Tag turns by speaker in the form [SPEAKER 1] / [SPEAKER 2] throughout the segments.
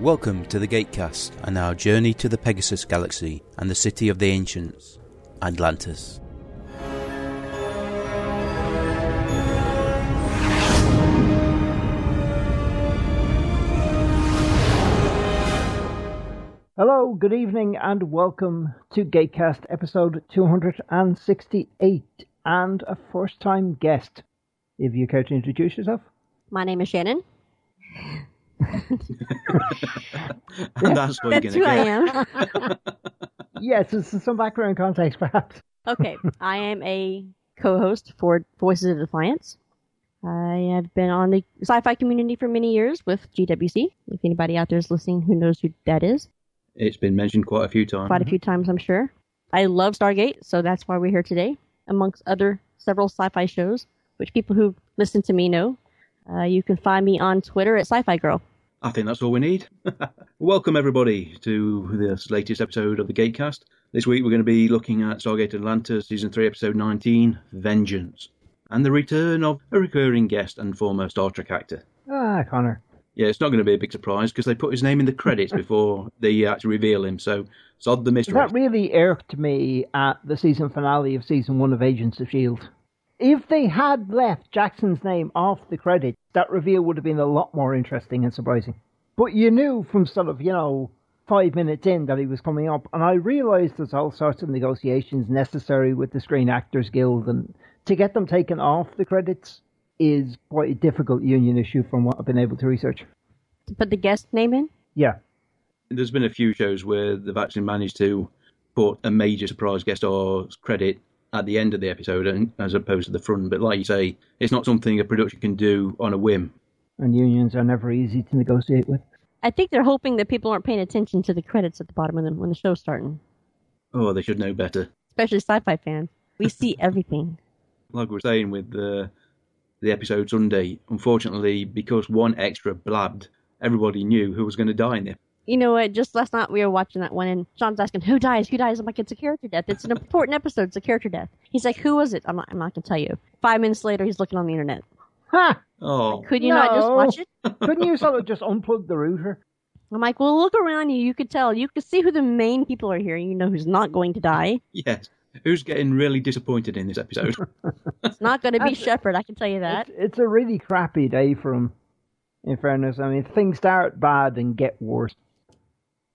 [SPEAKER 1] Welcome to the Gatecast and our journey to the Pegasus Galaxy and the city of the ancients, Atlantis.
[SPEAKER 2] Hello, good evening, and welcome to Gatecast episode 268 and a first time guest. If you care to introduce yourself,
[SPEAKER 3] My name is Shannon.
[SPEAKER 4] And that's what
[SPEAKER 3] That's who
[SPEAKER 4] you're
[SPEAKER 3] I
[SPEAKER 4] going to
[SPEAKER 3] am.
[SPEAKER 2] yes, this is some background context perhaps.
[SPEAKER 3] okay, I am a co-host for Voices of Defiance. I have been on the sci-fi community for many years with GWC. If anybody out there is listening who knows who that is,
[SPEAKER 4] get. It's been mentioned quite a few times.
[SPEAKER 3] quite a few times, I'm sure. I love Stargate, so that's why we're here today, amongst other several sci-fi shows, which people who listen to me know. Uh, you can find me on Twitter at Sci-Fi Girl.
[SPEAKER 4] I think that's all we need. Welcome, everybody, to this latest episode of the Gatecast. This week we're going to be looking at Stargate Atlanta Season 3, Episode 19 Vengeance, and the return of a recurring guest and former Star Trek actor.
[SPEAKER 2] Ah, Connor.
[SPEAKER 4] Yeah, it's not going to be a big surprise because they put his name in the credits before they actually reveal him, so sod the mystery.
[SPEAKER 2] That really irked me at the season finale of season one of Agents of S.H.I.E.L.D. E If they had left Jackson's name off the credits, that reveal would have been a lot more interesting and surprising. But you knew from sort of, you know, five minutes in that he was coming up, and I realised there's all sorts of negotiations necessary with the Screen Actors Guild, and to get them taken off the credits is quite a difficult union issue from what I've been able to research.
[SPEAKER 3] To put the guest name in,
[SPEAKER 2] Yeah.
[SPEAKER 4] There's been a few shows where they've actually managed to put a major surprise guest or credit at the end of the episode and- as opposed to the front. But like you say, it's not something a production can do on a whim.
[SPEAKER 2] And unions are never easy to negotiate with.
[SPEAKER 3] I think they're hoping that people aren't paying attention to the credits at the bottom of them when the show's starting,
[SPEAKER 4] Oh, they should know better.
[SPEAKER 3] especially sci-fi fans. We see everything.
[SPEAKER 4] Like we were saying with the the episode Sunday, unfortunately, because one extra blabbed, everybody knew who was going to die in it.
[SPEAKER 3] You know what? Just last night we were watching that one, and Sean's asking, "Who dies? Who dies?" I'm like, "It's a character death. It's an important episode. It's a character death." He's like, "Who was it?" I'm not. I'm not gonna tell you. Five minutes later, he's looking on the internet.
[SPEAKER 2] Ha!
[SPEAKER 4] Oh,
[SPEAKER 3] Could you not just
[SPEAKER 2] No.
[SPEAKER 3] watch it?
[SPEAKER 2] Couldn't you sort of just unplug the router?
[SPEAKER 3] I'm like, "Well, look around you. You could tell. You could see who the main people are here. You know who's not going to die.
[SPEAKER 4] yes. Who's getting really disappointed in this episode?
[SPEAKER 3] It's not going to be
[SPEAKER 2] That's-
[SPEAKER 3] Shepard. I can tell you that.
[SPEAKER 2] It's, it's a really crappy day for him. In fairness, I mean things start bad and get worse.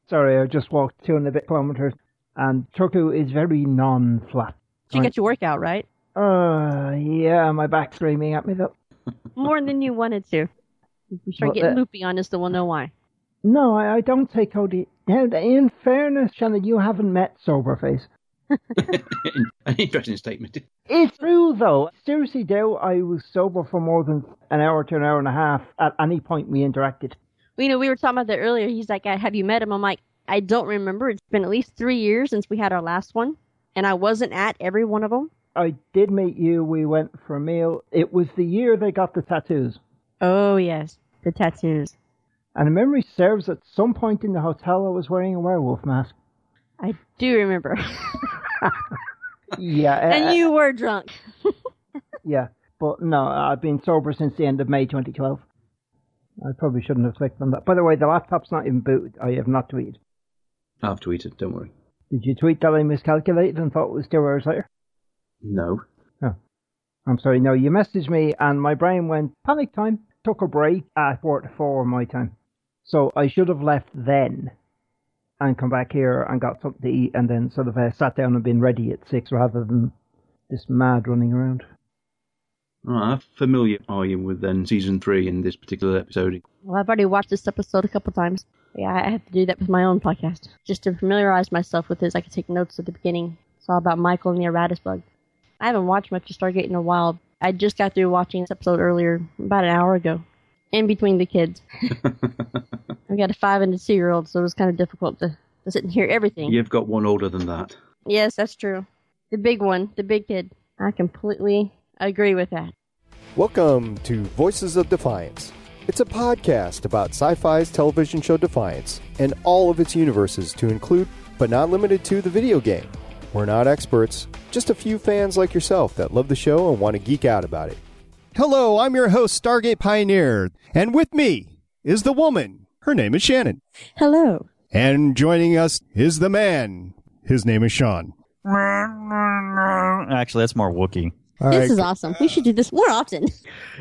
[SPEAKER 2] Sorry, I just walked two and a bit kilometers, and Turku is very non-flat.
[SPEAKER 3] You get your workout right
[SPEAKER 2] Uh, yeah, my back's screaming at me though.
[SPEAKER 3] more than you wanted to. We start
[SPEAKER 2] Well, uh,
[SPEAKER 3] getting
[SPEAKER 2] that-
[SPEAKER 3] loopy on this, then we'll know why.
[SPEAKER 2] No, I, I don't take OD. Yeah, In fairness, Shannon, you haven't met Soberface.
[SPEAKER 4] An interesting statement.
[SPEAKER 2] It's true though. Seriously, though, I was sober for more than an hour to an hour and a half at any point we interacted.
[SPEAKER 3] you know, we were talking about that earlier. He's like, "Uh, "Have you met him?" I'm like, "I don't remember. It's been at least three years since we had our last one, and I wasn't at every one of them."
[SPEAKER 2] I did meet you. We went for a meal. It was the year they got the tattoos.
[SPEAKER 3] Oh yes, the tattoos.
[SPEAKER 2] And if memory serves, at some point in the hotel, I was wearing a werewolf mask.
[SPEAKER 3] I do remember.
[SPEAKER 2] Yeah, uh,
[SPEAKER 3] and you were drunk.
[SPEAKER 2] yeah. But no, I've been sober since the end of May 2012. I probably shouldn't have clicked on that. By the way, the laptop's not even booted. I have not tweeted.
[SPEAKER 4] I've tweeted, don't worry.
[SPEAKER 2] Did you tweet that I miscalculated and thought it was two hours later?
[SPEAKER 4] No.
[SPEAKER 2] I'm sorry, no, you messaged me and my brain went panic time, took a break at quarter to four my time. So I should have left then and come back here and got something to eat and then sort of uh, sat down and been ready at six rather than this mad running around.
[SPEAKER 4] Right, how familiar are you with then season three in this particular episode?
[SPEAKER 3] Well, I've already watched this episode a couple times. Yeah, I have to do that with my own podcast just to familiarize myself with this. I could take notes at the beginning. It's all about Michael and the Erratus bug. I haven't watched much of Stargate in a while. I just got through watching this episode earlier, about an hour ago, in between the kids. I've got a five and a two year old, so it was kind of difficult to, to sit and hear everything.
[SPEAKER 4] You've got one older than that.
[SPEAKER 3] Yes, that's true. The big one, the big kid. I completely agree with that.
[SPEAKER 5] Welcome to Voices of Defiance. It's a podcast about sci fi's television show Defiance and all of its universes to include, but not limited to, the video game. We're not experts, just a few fans like yourself that love the show and want to geek out about it. Hello, I'm your host, Stargate Pioneer, and with me is the woman. Her name is Shannon.
[SPEAKER 3] Hello.
[SPEAKER 5] And joining us is the man. His name is Sean.
[SPEAKER 6] Actually, that's more Wookiee.
[SPEAKER 5] All
[SPEAKER 3] this
[SPEAKER 5] right.
[SPEAKER 3] is awesome. We should do this more often.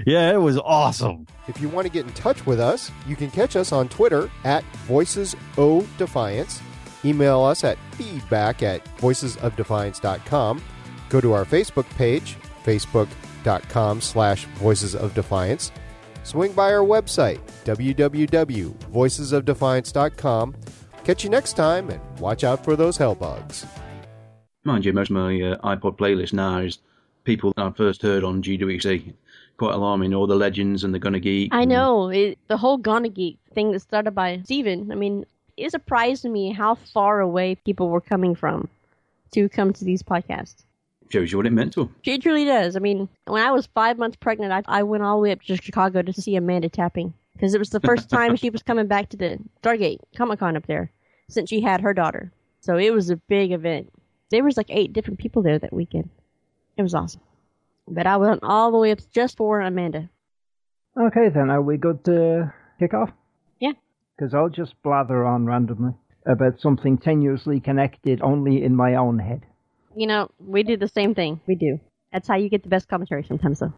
[SPEAKER 6] Yeah, it was awesome.
[SPEAKER 5] If you want to get in touch with us, you can catch us on Twitter at VoicesODefiance, email us at feedback at voicesofdefiance.com, go to our Facebook page, facebook.com slash voicesofdefiance, swing by our website, www.voicesofdefiance.com. Catch you next time and watch out for those hellbugs.
[SPEAKER 4] Mind you, most of my uh, iPod playlist now is people I first heard on GWC. Quite alarming, all the legends and the Gunna Geek.
[SPEAKER 3] I
[SPEAKER 4] and-
[SPEAKER 3] know it, the whole Gonna Geek thing that started by Steven. I mean, it surprised me how far away people were coming from to come to these podcasts.
[SPEAKER 4] Shows you what it meant to 'em.
[SPEAKER 3] It truly does. I mean, when I was five months pregnant, I, I went all the way up to Chicago to see Amanda tapping because it was the first time she was coming back to the Stargate Comic Con up there since she had her daughter. So it was a big event. There was like eight different people there that weekend. It was awesome. But I went all the way up just for Amanda.
[SPEAKER 2] Okay, then, are we good to kick off?
[SPEAKER 3] Yeah.
[SPEAKER 2] Because I'll just blather on randomly about something tenuously connected only in my own head.
[SPEAKER 3] You know, we do the same thing. We do. That's how you get the best commentary sometimes, though.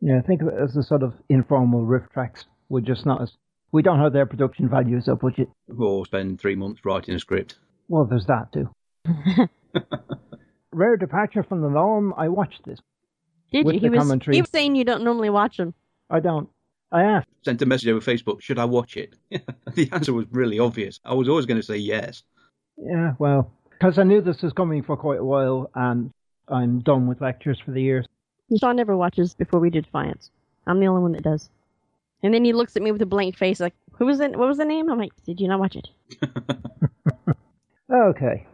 [SPEAKER 2] Yeah, think of it as a sort of informal riff tracks. We're just not as. We don't have their production values or budget.
[SPEAKER 4] Or spend three months writing a script.
[SPEAKER 2] Well, there's that too. Rare departure from the norm. I watched this.
[SPEAKER 3] Did
[SPEAKER 2] With
[SPEAKER 3] you?
[SPEAKER 2] the
[SPEAKER 3] He was,
[SPEAKER 2] commentary.
[SPEAKER 3] he was saying you don't normally watch them.
[SPEAKER 2] I don't. I asked.
[SPEAKER 4] Sent a message over Facebook, should I watch it? the answer was really obvious. I was always going to say yes.
[SPEAKER 2] Yeah, well, because I knew this was coming for quite a while, and I'm done with lectures for the year.
[SPEAKER 3] Sean never watches before we do Defiance. I'm the only one that does. And then he looks at me with a blank face, like, "Who was it? What was the name?" I'm like, "Did you not watch it?"
[SPEAKER 2] Okay.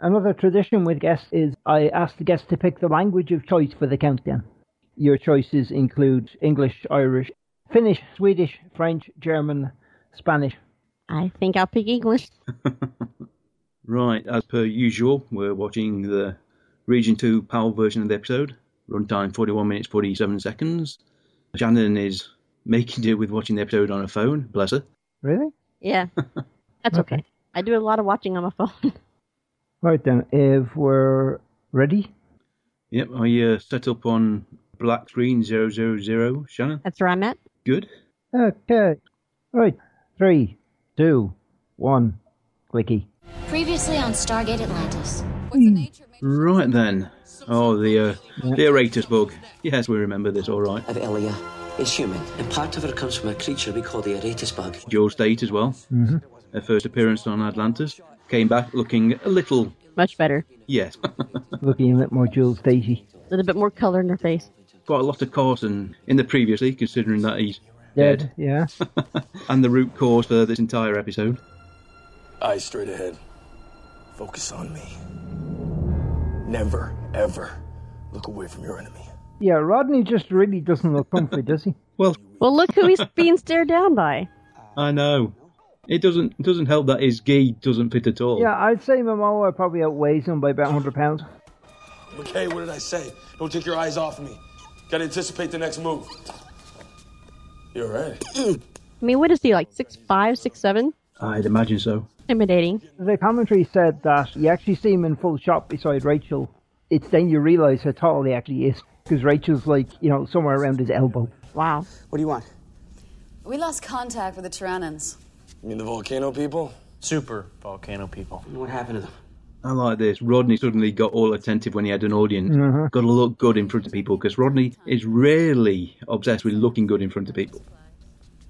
[SPEAKER 2] Another tradition with guests is I ask the guests to pick the language of choice for the countdown. Your choices include English, Irish, Finnish, Swedish, French, German, Spanish.
[SPEAKER 3] I think I'll pick English.
[SPEAKER 4] Right, as per usual, we're watching the Region 2 PAL version of the episode. Runtime 41 minutes 47 seconds. Shannon is making do with watching the episode on her phone, bless her.
[SPEAKER 2] Really?
[SPEAKER 3] Yeah, that's okay. I do a lot of watching on my phone.
[SPEAKER 2] Right then, if we're ready.
[SPEAKER 4] Yep, I uh, set up on black screen 000, Shannon.
[SPEAKER 3] that's where I'm at.
[SPEAKER 4] Good.
[SPEAKER 2] Okay. Right. Three, two, one. Clicky.
[SPEAKER 7] Previously on Stargate Atlantis.
[SPEAKER 4] Right then. Oh, the, uh, the Eratus bug. Yes, we remember this, all right.
[SPEAKER 8] of Elia is human, and part of her comes from a creature we call the Aratus bug.
[SPEAKER 4] Dual state as well. Mm-hmm. Her first appearance on Atlantis. Came back looking a little,
[SPEAKER 3] Much better.
[SPEAKER 4] yes,
[SPEAKER 2] Looking a bit more Jules Daisy.
[SPEAKER 3] A little bit more color in her face.
[SPEAKER 4] quite a lot of Carson in the previously, considering that he's
[SPEAKER 2] Dead. Yeah.
[SPEAKER 4] and the root cause for this entire episode.
[SPEAKER 9] Eyes straight ahead. Focus on me. Never, ever look away from your enemy.
[SPEAKER 2] Yeah, Rodney just really doesn't look comfy, does he?
[SPEAKER 4] Well,
[SPEAKER 3] Well, look who he's being stared down by.
[SPEAKER 4] I know it doesn't it doesn't help that his gi doesn't fit at all.
[SPEAKER 2] Yeah, I'd say Momoa probably outweighs him by about 100 pounds.
[SPEAKER 9] McKay, what did I say? Don't take your eyes off me. Gotta anticipate the next move. You're right.
[SPEAKER 3] I mean, what is he like? Six five, six seven?
[SPEAKER 4] I'd imagine so.
[SPEAKER 3] Intimidating.
[SPEAKER 2] The commentary said that you actually see him in full shot beside Rachel. It's then you realise how tall he actually is, because Rachel's like, you know, somewhere around his elbow.
[SPEAKER 3] Wow.
[SPEAKER 8] What do you want?
[SPEAKER 7] We lost contact with the Tyrannans.
[SPEAKER 9] You mean the volcano people?
[SPEAKER 10] Super volcano people.
[SPEAKER 8] What happened to them?
[SPEAKER 4] I like this. Rodney suddenly got all attentive when he had an audience. Got to look good in front of people because Rodney is rarely obsessed with looking good in front of people.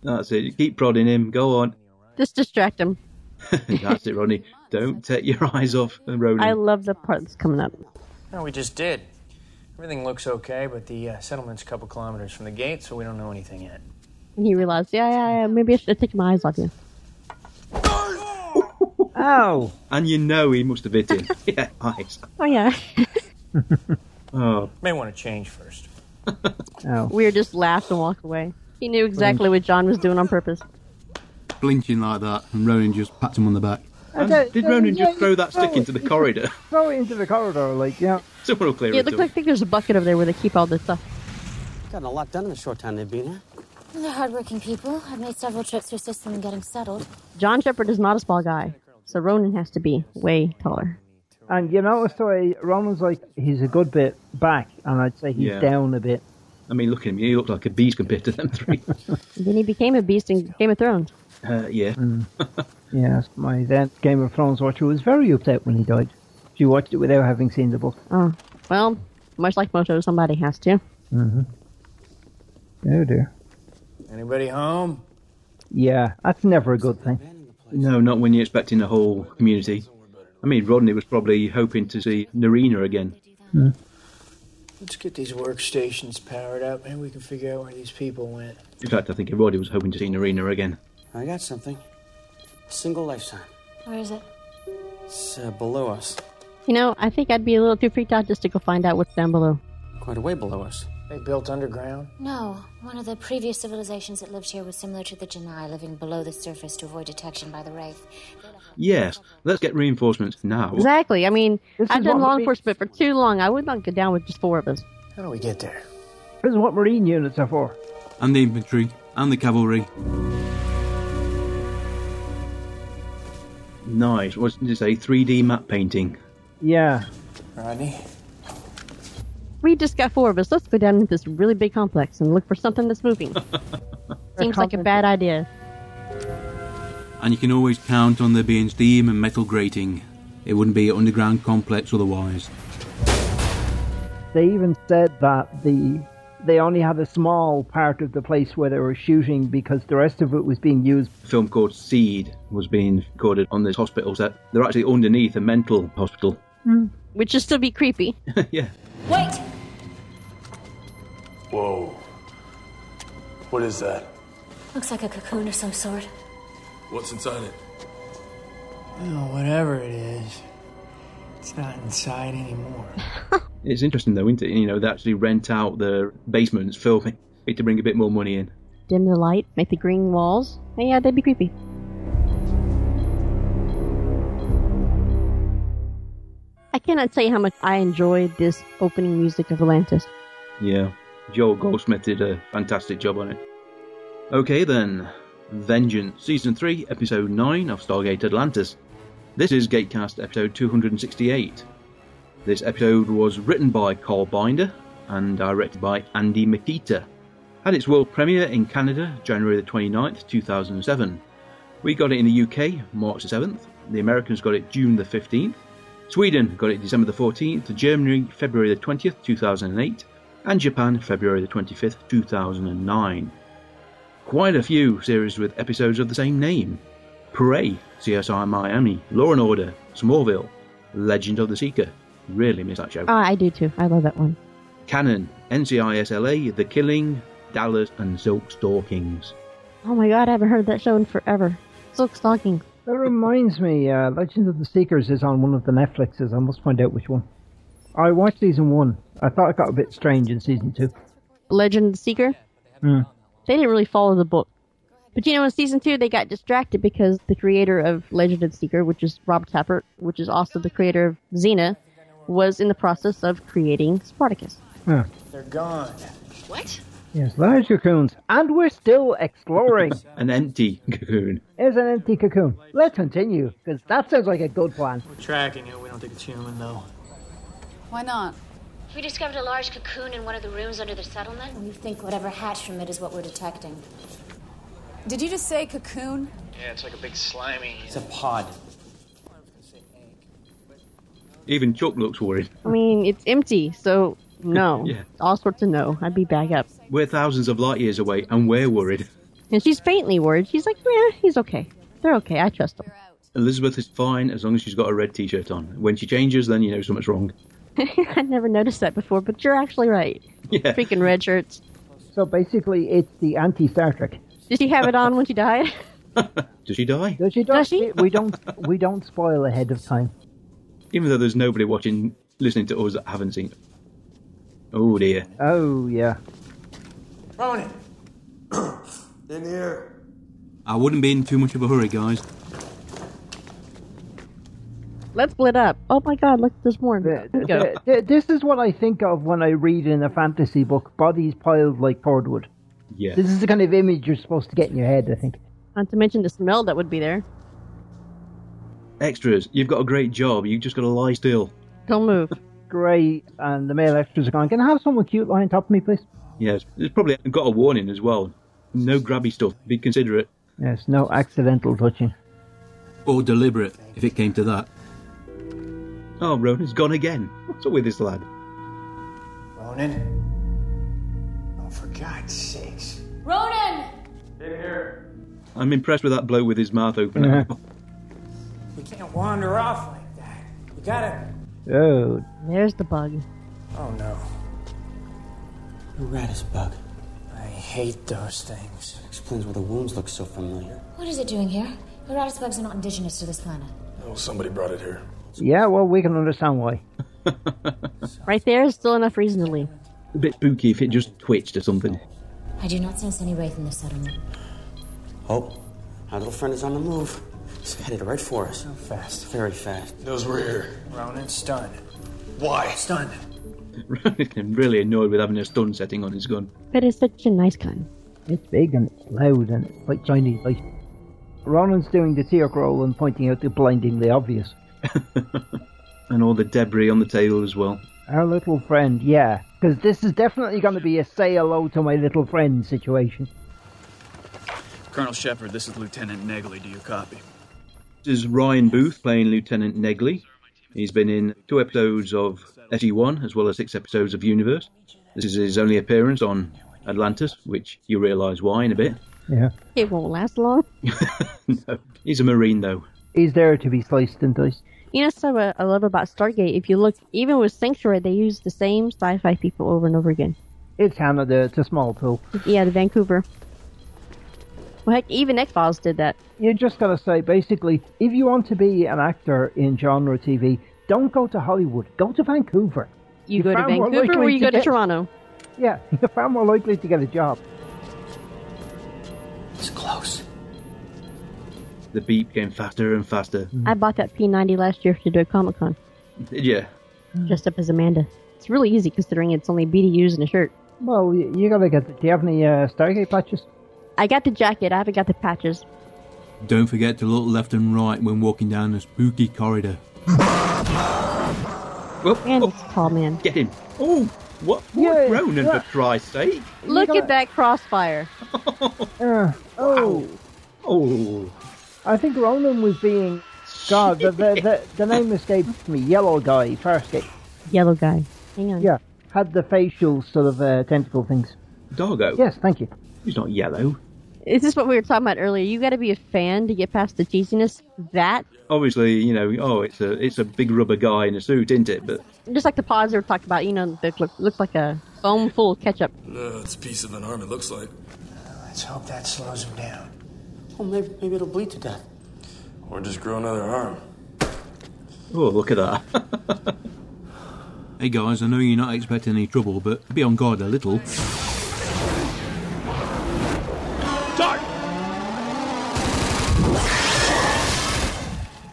[SPEAKER 4] That's it. Keep prodding him. Go on.
[SPEAKER 3] Just distract him.
[SPEAKER 4] That's it, Rodney. Don't take your eyes off Ronan.
[SPEAKER 2] Mm.
[SPEAKER 3] I love the part that's coming up.
[SPEAKER 10] No, we just did. Everything looks okay, but the uh, settlement's a couple kilometers from the gate, so we don't know anything yet.
[SPEAKER 3] And he realized, yeah, yeah, yeah, maybe I should take my eyes off you.
[SPEAKER 2] Ow!
[SPEAKER 4] And you know he must have hit him. yeah, eyes. Oh,
[SPEAKER 3] Oh yeah.
[SPEAKER 10] May want to change first.
[SPEAKER 2] Ow.
[SPEAKER 3] we were just laughed and walked away. He knew exactly
[SPEAKER 2] Mm.
[SPEAKER 3] what John was doing on purpose.
[SPEAKER 4] Blinking like that, and Ronan just pats him on the back. And
[SPEAKER 2] Okay,
[SPEAKER 4] did
[SPEAKER 2] so,
[SPEAKER 4] Ronan
[SPEAKER 2] yeah,
[SPEAKER 4] just throw that
[SPEAKER 2] throw
[SPEAKER 4] stick
[SPEAKER 2] it.
[SPEAKER 4] into the corridor?
[SPEAKER 2] Throw it into the corridor, like, yeah.
[SPEAKER 4] Someone will clear
[SPEAKER 3] Yeah, it
[SPEAKER 4] it
[SPEAKER 3] looks
[SPEAKER 4] up.
[SPEAKER 3] like I think there's a bucket over there where they keep all this stuff.
[SPEAKER 8] Gotten a lot done in the short time they've been here.
[SPEAKER 7] They're hardworking people. I've made several trips to assist them in getting settled.
[SPEAKER 3] John Shepard is not a small guy, so Ronan has to be way taller.
[SPEAKER 2] And you notice the way Roman's like, he's a good bit back, and I'd say he's
[SPEAKER 4] Yeah.
[SPEAKER 2] down a bit.
[SPEAKER 4] I mean, look at him. He looked like a beast compared to them three.
[SPEAKER 3] Then he became a beast in Game of Thrones.
[SPEAKER 4] Uh, yeah.
[SPEAKER 3] Mm.
[SPEAKER 2] Yes, my then Game of Thrones watcher was very upset when he died. She watched it without having seen the book.
[SPEAKER 3] Oh, well, much like Moto, somebody has to.
[SPEAKER 2] Oh dear.
[SPEAKER 10] Anybody home?
[SPEAKER 2] Yeah, that's never a good thing.
[SPEAKER 4] No, not when you're expecting the whole community. I mean, Rodney was probably hoping to see Narina again.
[SPEAKER 3] Hmm.
[SPEAKER 10] Let's get these workstations powered up, and we can figure out where these people went.
[SPEAKER 4] In fact, I think Rodney was hoping to see Narina again.
[SPEAKER 8] I got something. A single lifetime.
[SPEAKER 7] Where is it?
[SPEAKER 8] It's uh, below us.
[SPEAKER 3] You know, I think I'd be a little too freaked out just to go find out what's down below.
[SPEAKER 8] Quite a way below us.
[SPEAKER 10] They built underground.
[SPEAKER 7] No, one of the previous civilizations that lived here was similar to the Janai, living below the surface to avoid detection by the Wraith.
[SPEAKER 4] Yes, let's get reinforcements now.
[SPEAKER 3] Exactly. I mean,
[SPEAKER 2] This
[SPEAKER 3] I've
[SPEAKER 2] is
[SPEAKER 3] done
[SPEAKER 2] what
[SPEAKER 3] law
[SPEAKER 2] we-
[SPEAKER 3] enforcement for too long. I would not go down with just four of us.
[SPEAKER 10] How do we get there?
[SPEAKER 2] This is what marine units are for.
[SPEAKER 11] and the infantry, and the cavalry.
[SPEAKER 4] Nice. What did you say? 3D map painting.
[SPEAKER 2] Yeah.
[SPEAKER 10] Rodney?
[SPEAKER 3] We just got four of us. Let's go down into this really big complex and look for something that's moving. Seems like a bad idea.
[SPEAKER 11] And you can always count on there being steam and metal grating. It wouldn't be an underground complex otherwise.
[SPEAKER 2] They even said that the they only had a small part of the place where they were shooting because the rest of it was being used.
[SPEAKER 4] A film called Seed was being recorded on this hospital set. They're actually underneath a mental hospital.
[SPEAKER 3] Which would still be creepy.
[SPEAKER 4] yeah.
[SPEAKER 7] Wait!
[SPEAKER 9] Whoa. What is that?
[SPEAKER 7] Looks like a cocoon of some sort.
[SPEAKER 9] What's inside it?
[SPEAKER 10] Oh, whatever it is, it's not inside anymore.
[SPEAKER 4] It's interesting though, isn't it? You know, they actually rent out the basements filming it to bring a bit more money in.
[SPEAKER 3] Dim the light, make the green walls. Hey, yeah, that'd be creepy. I cannot say how much I enjoyed this opening music of Atlantis.
[SPEAKER 4] Yeah. Joel Goldsmith did a fantastic job on it. Okay then. Vengeance, Season 3, Episode 9 of Stargate Atlantis. This is Gatecast Episode 268. This episode was written by Carl Binder and directed by Andy Makita. Had its world premiere in Canada January the 29th, 2007. We got it in the UK March the 7th. The Americans got it June the 15th. Sweden got it December the 14th, Germany February the 20th, 2008, and Japan February the 25th, 2009. Quite a few series with episodes of the same name. Prey, CSI Miami, Law and Order, Smallville, Legend of the Seeker. Really miss that show.
[SPEAKER 3] Ah, I do too. I love that one.
[SPEAKER 4] Canon, NCIS LA, The Killing, Dallas, and Silk Stalkings.
[SPEAKER 3] Oh my god, I haven't heard that show in forever. Silk Stockings.
[SPEAKER 2] That reminds me, uh, Legend of the Seekers is on one of the Netflixes. I must find out which one. I watched season one. I thought it got a bit strange in season two.
[SPEAKER 3] Legend of the Seeker.
[SPEAKER 2] Hmm.
[SPEAKER 3] They didn't really follow the book. But you know, in season two, they got distracted because the creator of Legend of the Seeker, which is Rob Tappert, which is also the creator of Xena, was in the process of creating Spartacus.
[SPEAKER 2] Yeah.
[SPEAKER 10] They're gone.
[SPEAKER 7] What?
[SPEAKER 2] Yes, large cocoons, and we're still exploring.
[SPEAKER 4] An empty cocoon.
[SPEAKER 2] Here's an empty cocoon. Let's continue, because that sounds like a good plan.
[SPEAKER 10] We're tracking it. We don't think it's human, though.
[SPEAKER 7] Why not? We discovered a large cocoon in one of the rooms under the settlement. We think whatever hatched from it is what we're detecting. Did you just say cocoon?
[SPEAKER 10] Yeah, it's like a big slimy.
[SPEAKER 8] It's a pod.
[SPEAKER 4] Even Chuck looks worried.
[SPEAKER 3] I mean, it's empty, so no.
[SPEAKER 4] Yeah.
[SPEAKER 3] All sorts of no. I'd be back up.
[SPEAKER 4] We're thousands of light years away, and we're worried.
[SPEAKER 3] And she's faintly worried. She's like, yeah, he's okay. They're okay. I trust them.
[SPEAKER 4] Elizabeth is fine as long as she's got a red t shirt on. When she changes, then you know something's wrong.
[SPEAKER 3] I'd never noticed that before, but you're actually right.
[SPEAKER 4] Yeah.
[SPEAKER 3] Freaking red shirts.
[SPEAKER 2] So basically, it's the anti Star Trek.
[SPEAKER 3] Did she have it on when she died?
[SPEAKER 4] Does she die?
[SPEAKER 2] Does she?
[SPEAKER 3] Does she?
[SPEAKER 2] We don't. We don't spoil ahead of time.
[SPEAKER 4] Even though there's nobody watching, listening to us that haven't seen it. Oh dear.
[SPEAKER 2] Oh yeah.
[SPEAKER 10] Ronan!
[SPEAKER 9] In here.
[SPEAKER 11] I wouldn't be in too much of a hurry, guys.
[SPEAKER 3] Let's split up. Oh my god, look, there's more.
[SPEAKER 2] Th-
[SPEAKER 3] Here we go.
[SPEAKER 2] th- th- This is what I think of when I read in a fantasy book: bodies piled like cordwood.
[SPEAKER 4] Yeah.
[SPEAKER 2] This is the kind of image you're supposed to get in your head, I think.
[SPEAKER 3] Not to mention the smell that would be there.
[SPEAKER 4] Extras, you've got a great job. You've just got to lie still.
[SPEAKER 3] Don't move.
[SPEAKER 2] Great. And the male extras are going, Can I have someone cute lying on top of me, please?
[SPEAKER 4] Yes, it's probably got a warning as well. No grabby stuff. Be considerate
[SPEAKER 2] Yes, no accidental touching.
[SPEAKER 11] or deliberate if it came to that.
[SPEAKER 4] Oh, Ronan's gone again. What's up with this lad?
[SPEAKER 10] Ronan?
[SPEAKER 9] Oh, for God's sakes.
[SPEAKER 7] Ronan!
[SPEAKER 4] I'm impressed with that bloke with his mouth open.
[SPEAKER 10] We can't wander off like that. We gotta.
[SPEAKER 2] Oh.
[SPEAKER 3] There's the bug.
[SPEAKER 10] Oh no. The raddest bug. I hate those things.
[SPEAKER 8] Explains why the wounds look so familiar.
[SPEAKER 7] What is it doing here? Erratus bugs are not indigenous to this planet.
[SPEAKER 9] Oh, somebody brought it here.
[SPEAKER 2] Yeah, well, we can understand why.
[SPEAKER 3] Right there is still enough reason to leave.
[SPEAKER 4] A bit spooky if it just twitched or something.
[SPEAKER 7] I do not sense any wraith in this settlement.
[SPEAKER 8] Oh, our little friend is on the move. He's headed right for us. So
[SPEAKER 10] fast.
[SPEAKER 8] Very fast.
[SPEAKER 9] Those were here.
[SPEAKER 10] Ronan's stunned.
[SPEAKER 9] Why?
[SPEAKER 10] Stunned.
[SPEAKER 4] I'm really annoyed with having a stun setting on his gun.
[SPEAKER 3] But it's such a nice gun.
[SPEAKER 2] It's big and it's loud and it's like Chinese light. Ronan's doing the tear roll and pointing out the blindingly obvious.
[SPEAKER 4] And all the debris on the table as well.
[SPEAKER 2] Our little friend, yeah. Because this is definitely going to be a say hello to my little friend situation.
[SPEAKER 12] Colonel Shepard, this is Lieutenant Negley. Do you copy?
[SPEAKER 4] This is Ryan Booth playing Lieutenant Negley. He's been in two episodes of SE1 as well as six episodes of Universe. This is his only appearance on Atlantis, which you realise why in a bit.
[SPEAKER 2] Yeah.
[SPEAKER 3] It won't last long.
[SPEAKER 4] He's a Marine though.
[SPEAKER 2] He's there to be sliced and diced.
[SPEAKER 3] You know, so what I love about Stargate, if you look, even with Sanctuary, they use the same sci fi people over and over again.
[SPEAKER 2] It's Canada, it's a small pool.
[SPEAKER 3] Yeah, to Vancouver. Well, heck, even X Files did that.
[SPEAKER 2] You're just going to say, basically, if you want to be an actor in genre TV, don't go to Hollywood, go to Vancouver.
[SPEAKER 3] You, go to
[SPEAKER 2] far more
[SPEAKER 3] Vancouver or
[SPEAKER 2] likely
[SPEAKER 3] you go to
[SPEAKER 2] get-
[SPEAKER 3] Toronto.
[SPEAKER 2] Yeah, you're far more likely to get a job.
[SPEAKER 8] It's close.
[SPEAKER 4] The beep came faster and faster.
[SPEAKER 3] I bought that P90 last year to do a Comic Con,
[SPEAKER 4] Yeah.
[SPEAKER 3] dressed up as Amanda. It's really easy considering it's only BDUs and a shirt.
[SPEAKER 2] Well, y- you got to get. The, do you have any uh, Stargate patches?
[SPEAKER 3] I got the jacket, I haven't got the patches.
[SPEAKER 11] Don't forget to look left and right when walking down a spooky corridor.
[SPEAKER 3] and it's tall man.
[SPEAKER 4] oh, Get him. Oh, what? What Ronan, for Christ's sake?
[SPEAKER 3] Look
[SPEAKER 2] gotta-
[SPEAKER 3] at that crossfire.
[SPEAKER 2] Uh, oh,
[SPEAKER 4] Oh.
[SPEAKER 2] I think Ronan was being. God, the, the, the, the name escaped me. Yellow guy, Farscape.
[SPEAKER 3] Yellow guy. Hang on.
[SPEAKER 2] Yeah, had the facial sort of uh, tentacle things.
[SPEAKER 4] Dargo?
[SPEAKER 2] Yes, thank you.
[SPEAKER 4] He's not yellow.
[SPEAKER 3] Is this what we were talking about earlier? You got to be a fan to get past the cheesiness. That,
[SPEAKER 4] Obviously, you know, oh, it's a it's a big rubber guy in a suit, isn't it? But
[SPEAKER 3] just like the pods we were talking about, you know, that look, looks like a foam full of ketchup.
[SPEAKER 9] No, Uh, it's a piece of an arm, it looks like.
[SPEAKER 10] Uh, Let's hope that slows him down.
[SPEAKER 8] Oh, maybe, maybe it'll bleed to death.
[SPEAKER 9] Or just grow another arm.
[SPEAKER 4] oh, look at that.
[SPEAKER 11] Hey guys, I know you're not expecting any trouble, but be on guard a little.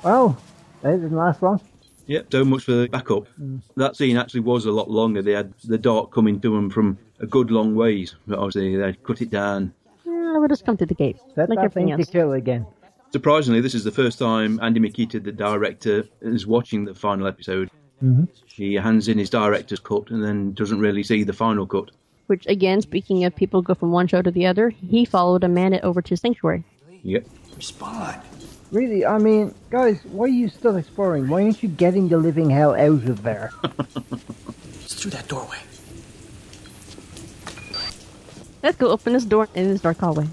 [SPEAKER 2] Well, that didn't last long.
[SPEAKER 4] Yep, so much for the backup. That scene actually was a lot longer. They had the dark coming to them from a good long ways, but obviously they cut it down.
[SPEAKER 3] Mm, I would just come through the gate,
[SPEAKER 2] Set
[SPEAKER 3] like
[SPEAKER 2] that
[SPEAKER 3] everything
[SPEAKER 2] thing
[SPEAKER 3] else.
[SPEAKER 2] to kill again.
[SPEAKER 4] Surprisingly, this is the first time Andy Mikita, the director, is watching the final episode.
[SPEAKER 2] Mhm.
[SPEAKER 4] He hands in his director's cut and then doesn't really see the final cut.
[SPEAKER 3] Which, again, speaking of people go from one show to the other, he followed Amanda over to Sanctuary.
[SPEAKER 4] Yep.
[SPEAKER 10] Respond.
[SPEAKER 2] Really, I mean, guys, why are you still exploring? Why aren't you getting the living hell out of there?
[SPEAKER 8] It's through that doorway.
[SPEAKER 3] Let's go open this door in this dark hallway.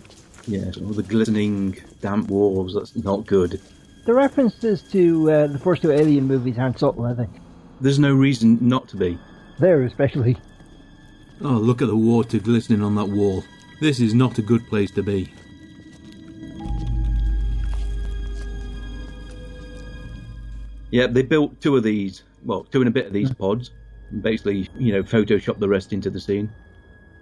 [SPEAKER 4] Yeah, so all the glistening, damp walls, that's not good.
[SPEAKER 2] the references to uh, the first two Alien movies aren't subtle, are they?
[SPEAKER 4] There's no reason not to be.
[SPEAKER 2] There, especially.
[SPEAKER 11] Oh, look at the water glistening on that wall. This is not a good place to be.
[SPEAKER 4] Yeah, they built two of these, well, two and a bit of these pods, and basically, you know, photoshopped the rest into the scene.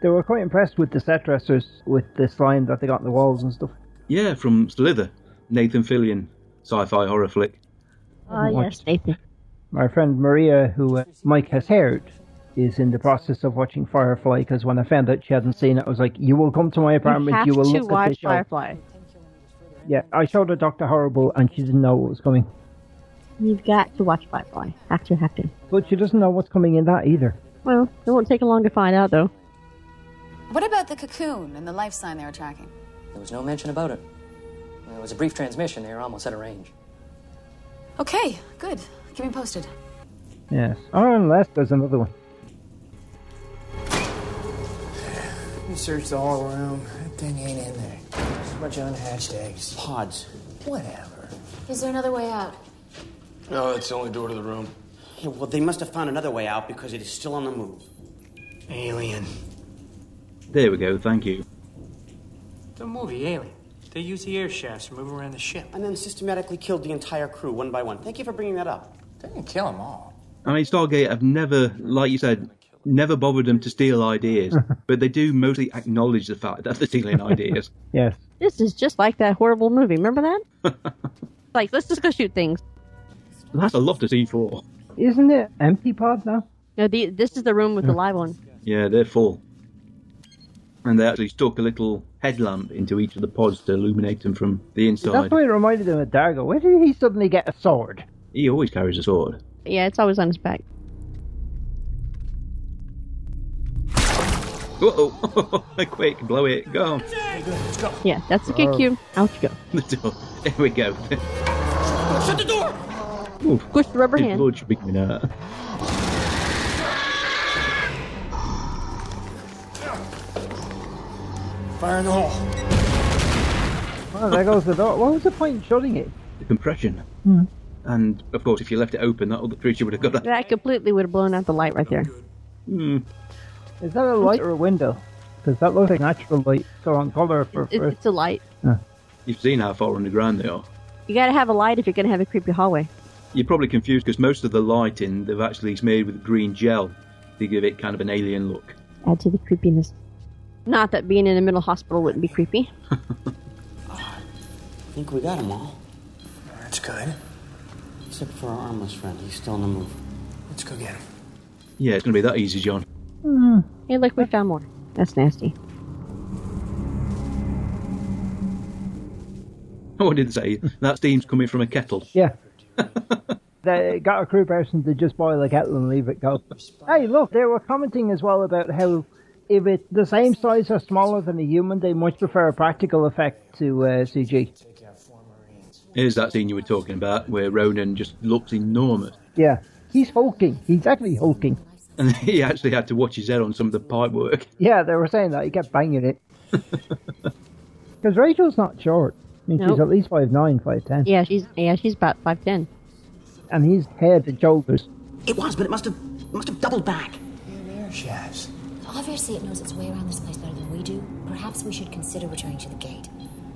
[SPEAKER 2] They were quite impressed with the set dressers, with the slime that they got in the walls and stuff.
[SPEAKER 4] Yeah, from Slither, Nathan Fillion, sci fi horror flick.
[SPEAKER 3] Ah, yes, Nathan.
[SPEAKER 2] My friend Maria, who uh, Mike has heard, is in the process of watching Firefly because when I found out she hadn't seen it, I was like, "You will come to my apartment.
[SPEAKER 3] have
[SPEAKER 2] You, will
[SPEAKER 3] to
[SPEAKER 2] look at
[SPEAKER 3] watch
[SPEAKER 2] this show."
[SPEAKER 3] Firefly.
[SPEAKER 2] Yeah, I showed her Doctor Horrible and she didn't know what was coming,
[SPEAKER 3] You've got to watch Firefly. Have to, have to.
[SPEAKER 2] but she doesn't know what's coming in that either.
[SPEAKER 3] Well, it won't take long to find out, though.
[SPEAKER 7] What about the cocoon and the life sign they were tracking?
[SPEAKER 13] There was no mention about it. There was a brief transmission. They were almost out of range.
[SPEAKER 7] Okay, good. Keep me posted.
[SPEAKER 2] Yes, or unless there's another one.
[SPEAKER 14] You searched the whole room. That thing ain't in there. There's a bunch of unhatched eggs.
[SPEAKER 8] Pods.
[SPEAKER 14] Whatever.
[SPEAKER 7] Is there another way out?
[SPEAKER 8] No, that's the only door to the room. Yeah, well, they must have found another way out because it is still on the move. Alien.
[SPEAKER 4] There we go, thank you.
[SPEAKER 10] The movie Alien. They use the air shafts to move around the ship.
[SPEAKER 8] And then systematically killed the entire crew one by one. Thank you for bringing that up.
[SPEAKER 10] They didn't kill them all.
[SPEAKER 4] I mean, Stargate have never, like you said, never bothered them to steal ideas, but they do mostly acknowledge the fact that they're stealing ideas.
[SPEAKER 2] Yes.
[SPEAKER 3] This is just like that horrible movie. Remember that? like, let's just go shoot things.
[SPEAKER 4] That's a lot of C4.
[SPEAKER 2] Isn't it empty pod now?
[SPEAKER 3] No, the, this is the room with the live one.
[SPEAKER 4] Yeah, they're full. And they actually stuck a little headlamp into each of the pods to illuminate them from the
[SPEAKER 2] That's
[SPEAKER 4] inside.
[SPEAKER 2] why it reminded him of Dargo. Where did he suddenly get a sword?
[SPEAKER 4] He always carries a sword.
[SPEAKER 3] Yeah, it's always on his back.
[SPEAKER 4] Whoa! Quick, blow it, go. on.
[SPEAKER 3] Let's go. Yeah, that's the kick you. Out you go.
[SPEAKER 4] The door. There we go.
[SPEAKER 3] Shut the door!
[SPEAKER 4] Oof.
[SPEAKER 3] Push the rubber
[SPEAKER 4] His
[SPEAKER 3] hand.
[SPEAKER 4] blood should be coming out.
[SPEAKER 14] Fire in the hole.
[SPEAKER 2] Well, there goes the door. What was the point in shutting it?
[SPEAKER 4] The compression.
[SPEAKER 2] Hmm.
[SPEAKER 4] And of course, if you left it open, that other creature would have got that.
[SPEAKER 3] That completely would have blown out the light right there.
[SPEAKER 2] Is that a light or a window? Because that looks like natural light, so on color for
[SPEAKER 3] It,
[SPEAKER 2] first.
[SPEAKER 3] it's a light.
[SPEAKER 4] You've seen how far underground they are.
[SPEAKER 3] You gotta have a light if you're gonna have a creepy hallway.
[SPEAKER 4] You're probably confused because most of the lighting they've actually smeared with green gel to give it kind of an alien look.
[SPEAKER 3] Add to the creepiness. Not that being in a mental hospital wouldn't be creepy.
[SPEAKER 8] I think we got them all.
[SPEAKER 14] That's good.
[SPEAKER 8] Except for our armless friend. He's still on the move.
[SPEAKER 14] Let's go get him.
[SPEAKER 4] Yeah, it's going to be that easy, John.
[SPEAKER 3] Hey, look, we found more. That's nasty.
[SPEAKER 4] What did it say? That steam's coming from a kettle.
[SPEAKER 2] Yeah. they got a crew person to just boil a kettle and leave it go. Hey, look, they were commenting as well about how if it's the same size or smaller than a human, they much prefer a practical effect to uh, CG.
[SPEAKER 4] Here's that scene you were talking about where Ronan just looks enormous.
[SPEAKER 2] Yeah. He's hulking. He's actually hulking.
[SPEAKER 4] And he actually had to watch his head on some of the pipe work.
[SPEAKER 2] Yeah, they were saying that. He kept banging it. Because Rachel's not short. I mean,
[SPEAKER 3] Nope.
[SPEAKER 2] she's at least 5'9, 5'10.
[SPEAKER 3] Yeah, she's yeah, she's about five ten.
[SPEAKER 2] And he's head and shoulders.
[SPEAKER 8] It was, but it must have it must have doubled back.
[SPEAKER 14] Chefs.
[SPEAKER 7] Obviously, it knows its way around this place better than we do. Perhaps we should consider returning to the gate.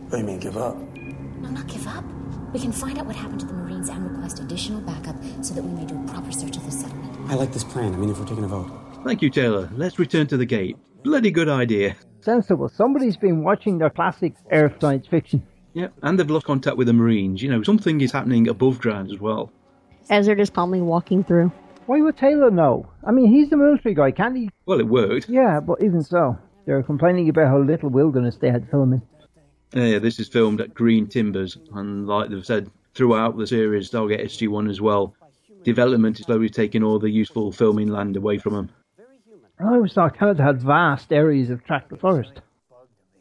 [SPEAKER 9] What do you mean, give up?
[SPEAKER 7] No, not give up. We can find out what happened to the Marines and request additional backup so that we may do a proper search of the settlement.
[SPEAKER 8] I like this plan. I mean, if we're taking a vote.
[SPEAKER 4] Thank you, Taylor. Let's return to the gate. Bloody good idea.
[SPEAKER 2] Sensible. Somebody's been watching their classic Earth science fiction.
[SPEAKER 4] Yep, and they've lost contact with the Marines. You know, something is happening above ground as well.
[SPEAKER 3] As they're just calmly walking through.
[SPEAKER 2] Why would Taylor know? I mean, he's the military guy, can't he?
[SPEAKER 4] Well, it worked.
[SPEAKER 2] Yeah, but even so, they were complaining about how little wilderness they had filming.
[SPEAKER 4] Yeah, this is filmed at Green Timbers, and like they've said throughout the series, they'll get SG1 as well. Development is slowly taking all the useful filming land away from them.
[SPEAKER 2] I always thought Canada had vast areas of trackless forest.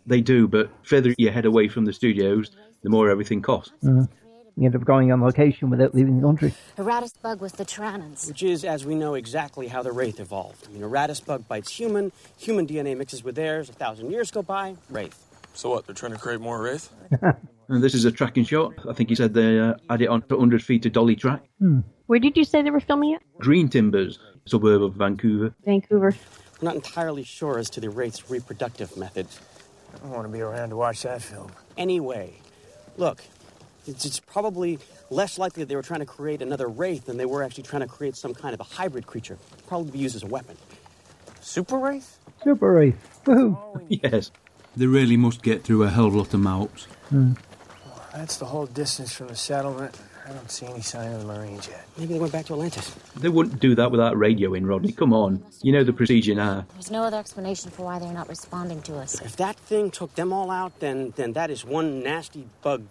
[SPEAKER 4] They do, but further you head away from the studios, the more everything costs.
[SPEAKER 2] Mm. You end up going on location without leaving the country.
[SPEAKER 7] The raddest bug was the Tyrannans.
[SPEAKER 8] Which is, as we know, exactly how the Wraith evolved. I mean, a raddus bug bites human, human DNA mixes with theirs, a thousand years go by, Wraith.
[SPEAKER 9] So what? They're trying to create more Wraith?
[SPEAKER 4] And this is a tracking shot. I think he said they uh, had it on to 100 feet of dolly track.
[SPEAKER 3] Where did you say they were filming it?
[SPEAKER 4] Green Timbers, suburb of Vancouver.
[SPEAKER 3] Vancouver.
[SPEAKER 8] We're not entirely sure as to the Wraith's reproductive methods.
[SPEAKER 10] I don't want to be around to watch that film.
[SPEAKER 8] Anyway, look, it's, it's probably less likely that they were trying to create another Wraith than they were actually trying to create some kind of a hybrid creature. Probably be used as a weapon.
[SPEAKER 9] Super Wraith?
[SPEAKER 2] Super Wraith. Woohoo!
[SPEAKER 4] Yes.
[SPEAKER 11] They really must get through a hell of a lot of mouths.
[SPEAKER 10] That's the whole distance from the settlement. I don't see any sign of the Marines yet.
[SPEAKER 8] Maybe they went back to Atlantis.
[SPEAKER 4] They wouldn't do that without radio in, Rodney. Come on. You know the procedure now.
[SPEAKER 7] There's no other explanation for why they're not responding to us.
[SPEAKER 8] If that thing took them all out, then then that is one nasty bug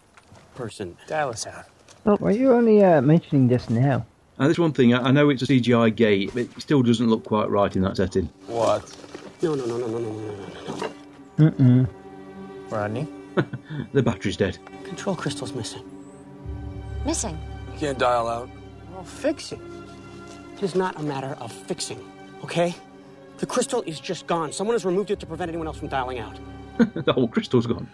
[SPEAKER 8] person.
[SPEAKER 10] Dial us out.
[SPEAKER 2] But were you only uh, mentioning this now?
[SPEAKER 4] And there's one thing. I I know it's a CGI gate, but it still doesn't look quite right in that setting.
[SPEAKER 8] What? No, no, no, no, no, no, no, no, no, no.
[SPEAKER 2] Mm-mm.
[SPEAKER 10] Rodney?
[SPEAKER 4] the battery's dead.
[SPEAKER 8] Control crystal's missing.
[SPEAKER 7] Missing.
[SPEAKER 9] You can't dial out.
[SPEAKER 8] Well, fix it. It is not a matter of fixing, okay? The crystal is just gone. Someone has removed it to prevent anyone else from dialing out.
[SPEAKER 4] the whole crystal's gone.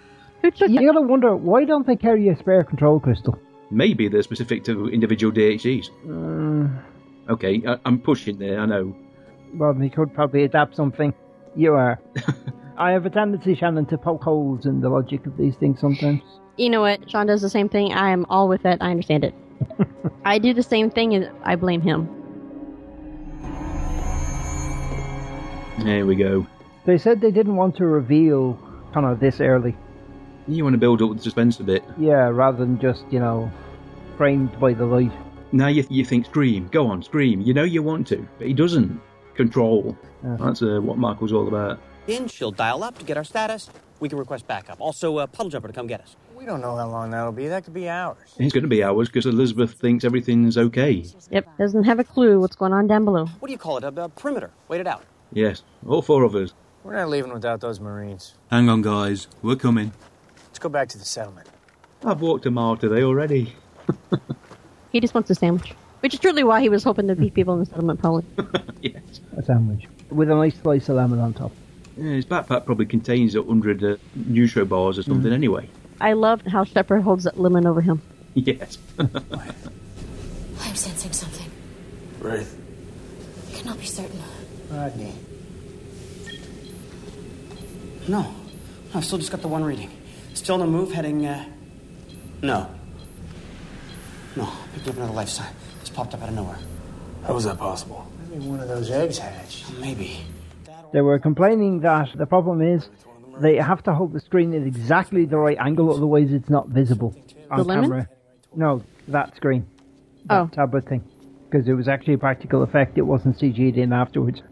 [SPEAKER 2] You gotta wonder why don't they carry a spare control crystal?
[SPEAKER 4] Maybe they're specific to individual DHCs.
[SPEAKER 2] Mm,
[SPEAKER 4] Uh, Okay, I, I'm pushing there, I know.
[SPEAKER 2] well, they could probably adapt something. You are. I have a tendency, Shannon, to poke holes in the logic of these things sometimes.
[SPEAKER 3] You know what? Sean does the same thing. I am all with it. I understand it. I do the same thing and I blame him.
[SPEAKER 4] There we go.
[SPEAKER 2] They said they didn't want to reveal kind of this early.
[SPEAKER 4] You want to build up the suspense a bit.
[SPEAKER 2] Yeah, rather than just, you know, framed by the light.
[SPEAKER 4] Now you, you think, scream, go on, scream. You know you want to, but he doesn't. Control.
[SPEAKER 2] Yeah.
[SPEAKER 4] That's uh, what Michael's all about.
[SPEAKER 8] Then she'll dial up to get our status. We can request backup. Also, uh, puddle jumper to come get us.
[SPEAKER 10] We don't know how long that'll be. That could be hours.
[SPEAKER 4] It's going to be hours because Elizabeth thinks everything's okay.
[SPEAKER 3] Yep. Doesn't have a clue what's going on down below.
[SPEAKER 8] What do you call it? A, a perimeter. Wait it out.
[SPEAKER 4] Yes, all four of us.
[SPEAKER 10] We're not leaving without those Marines.
[SPEAKER 11] Hang on, guys. We're coming.
[SPEAKER 10] Let's go back to the settlement.
[SPEAKER 4] I've walked a mile today already.
[SPEAKER 3] He just wants a sandwich, which is truly why he was hoping there'd be people in the settlement, probably.
[SPEAKER 4] yes.
[SPEAKER 2] A sandwich. With a nice slice of lemon on top.
[SPEAKER 4] Yeah, his backpack probably contains a 100 uh, neutro bars or something
[SPEAKER 11] Hmm.
[SPEAKER 4] anyway.
[SPEAKER 3] I love how Shepard holds that lemon over him.
[SPEAKER 4] Yes.
[SPEAKER 7] I'm sensing something.
[SPEAKER 9] Wraith.
[SPEAKER 7] Cannot be certain.
[SPEAKER 8] Rodney. No. I've still just got the one reading. Still no move, heading, uh... No. No, picked up another life sign. Just popped up out of nowhere.
[SPEAKER 9] How was that possible?
[SPEAKER 8] Maybe one of those eggs hatched. Maybe.
[SPEAKER 2] They were complaining that the problem is they have to hold the screen at exactly the right angle, otherwise it's not visible on
[SPEAKER 3] lemon?
[SPEAKER 2] camera. No, that screen. That
[SPEAKER 3] Oh.
[SPEAKER 2] tablet thing. Because it was actually a practical effect, it wasn't CG'd in afterwards.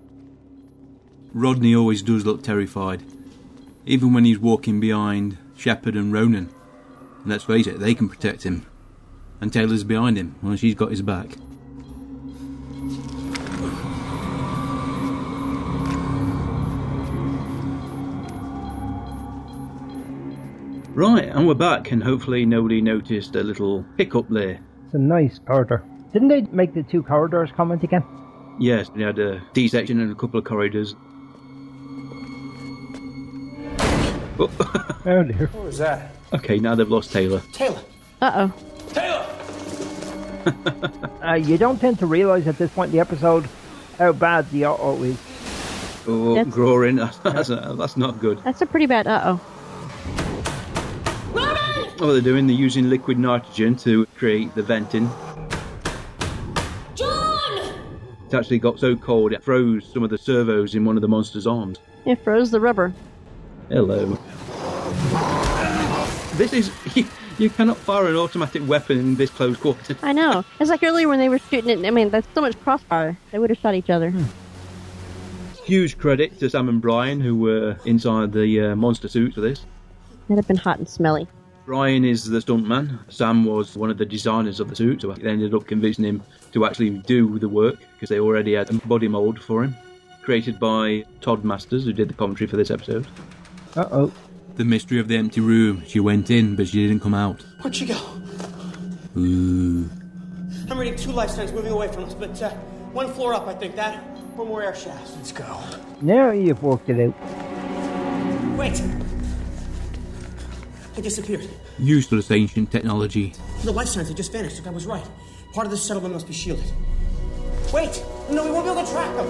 [SPEAKER 11] Rodney always does look terrified, even when he's walking behind Shepard and Ronan. And let's face it, they can protect him. And Taylor's behind him, well, she's got his back.
[SPEAKER 4] right, and we're back, and hopefully nobody noticed a little hiccup there.
[SPEAKER 2] It's a nice corridor. Didn't they make the two corridors comment again?
[SPEAKER 4] Yes, we had a D section and a couple of corridors. Oh.
[SPEAKER 2] Oh dear.
[SPEAKER 10] What was that?
[SPEAKER 4] okay, now they've lost Taylor.
[SPEAKER 8] Taylor!
[SPEAKER 3] Uh oh.
[SPEAKER 2] Uh, you don't tend to realise at this point in the episode how bad the auto is.
[SPEAKER 4] Oh,
[SPEAKER 3] That's-
[SPEAKER 4] roaring. That's, that's not good.
[SPEAKER 3] That's a pretty bad uh oh.
[SPEAKER 4] What they're doing, they're using liquid nitrogen to create the venting.
[SPEAKER 7] John!
[SPEAKER 4] It's actually got so cold it froze some of the servos in one of the monster's arms.
[SPEAKER 3] It froze the rubber.
[SPEAKER 4] Hello. This is. You, you cannot fire an automatic weapon in this close quarter.
[SPEAKER 3] I know. It's like earlier when they were shooting it. I mean, that's so much crossfire. They would have shot each other.
[SPEAKER 4] Huge credit to Sam and Brian, who were inside the uh, monster suit for this.
[SPEAKER 3] It'd have been hot and smelly.
[SPEAKER 4] Brian is the stuntman. Sam was one of the designers of the suit, so they ended up convincing him to actually do the work because they already had a body mold for him, created by Todd Masters, who did the commentary for this episode.
[SPEAKER 2] Uh oh.
[SPEAKER 11] The mystery of the empty room. She went in, but she didn't come out.
[SPEAKER 8] Where'd she go? Hmm.
[SPEAKER 11] Ooh.
[SPEAKER 8] I'm reading two life signs moving away from us, but uh, one floor up, I think. That, or more air shafts. Let's go.
[SPEAKER 2] Now you've worked it out.
[SPEAKER 8] Wait! It disappeared.
[SPEAKER 11] Useless ancient technology.
[SPEAKER 8] The life signs had just vanished, and I was right. Part of this settlement must be shielded. Wait! No, we won't be able to track them!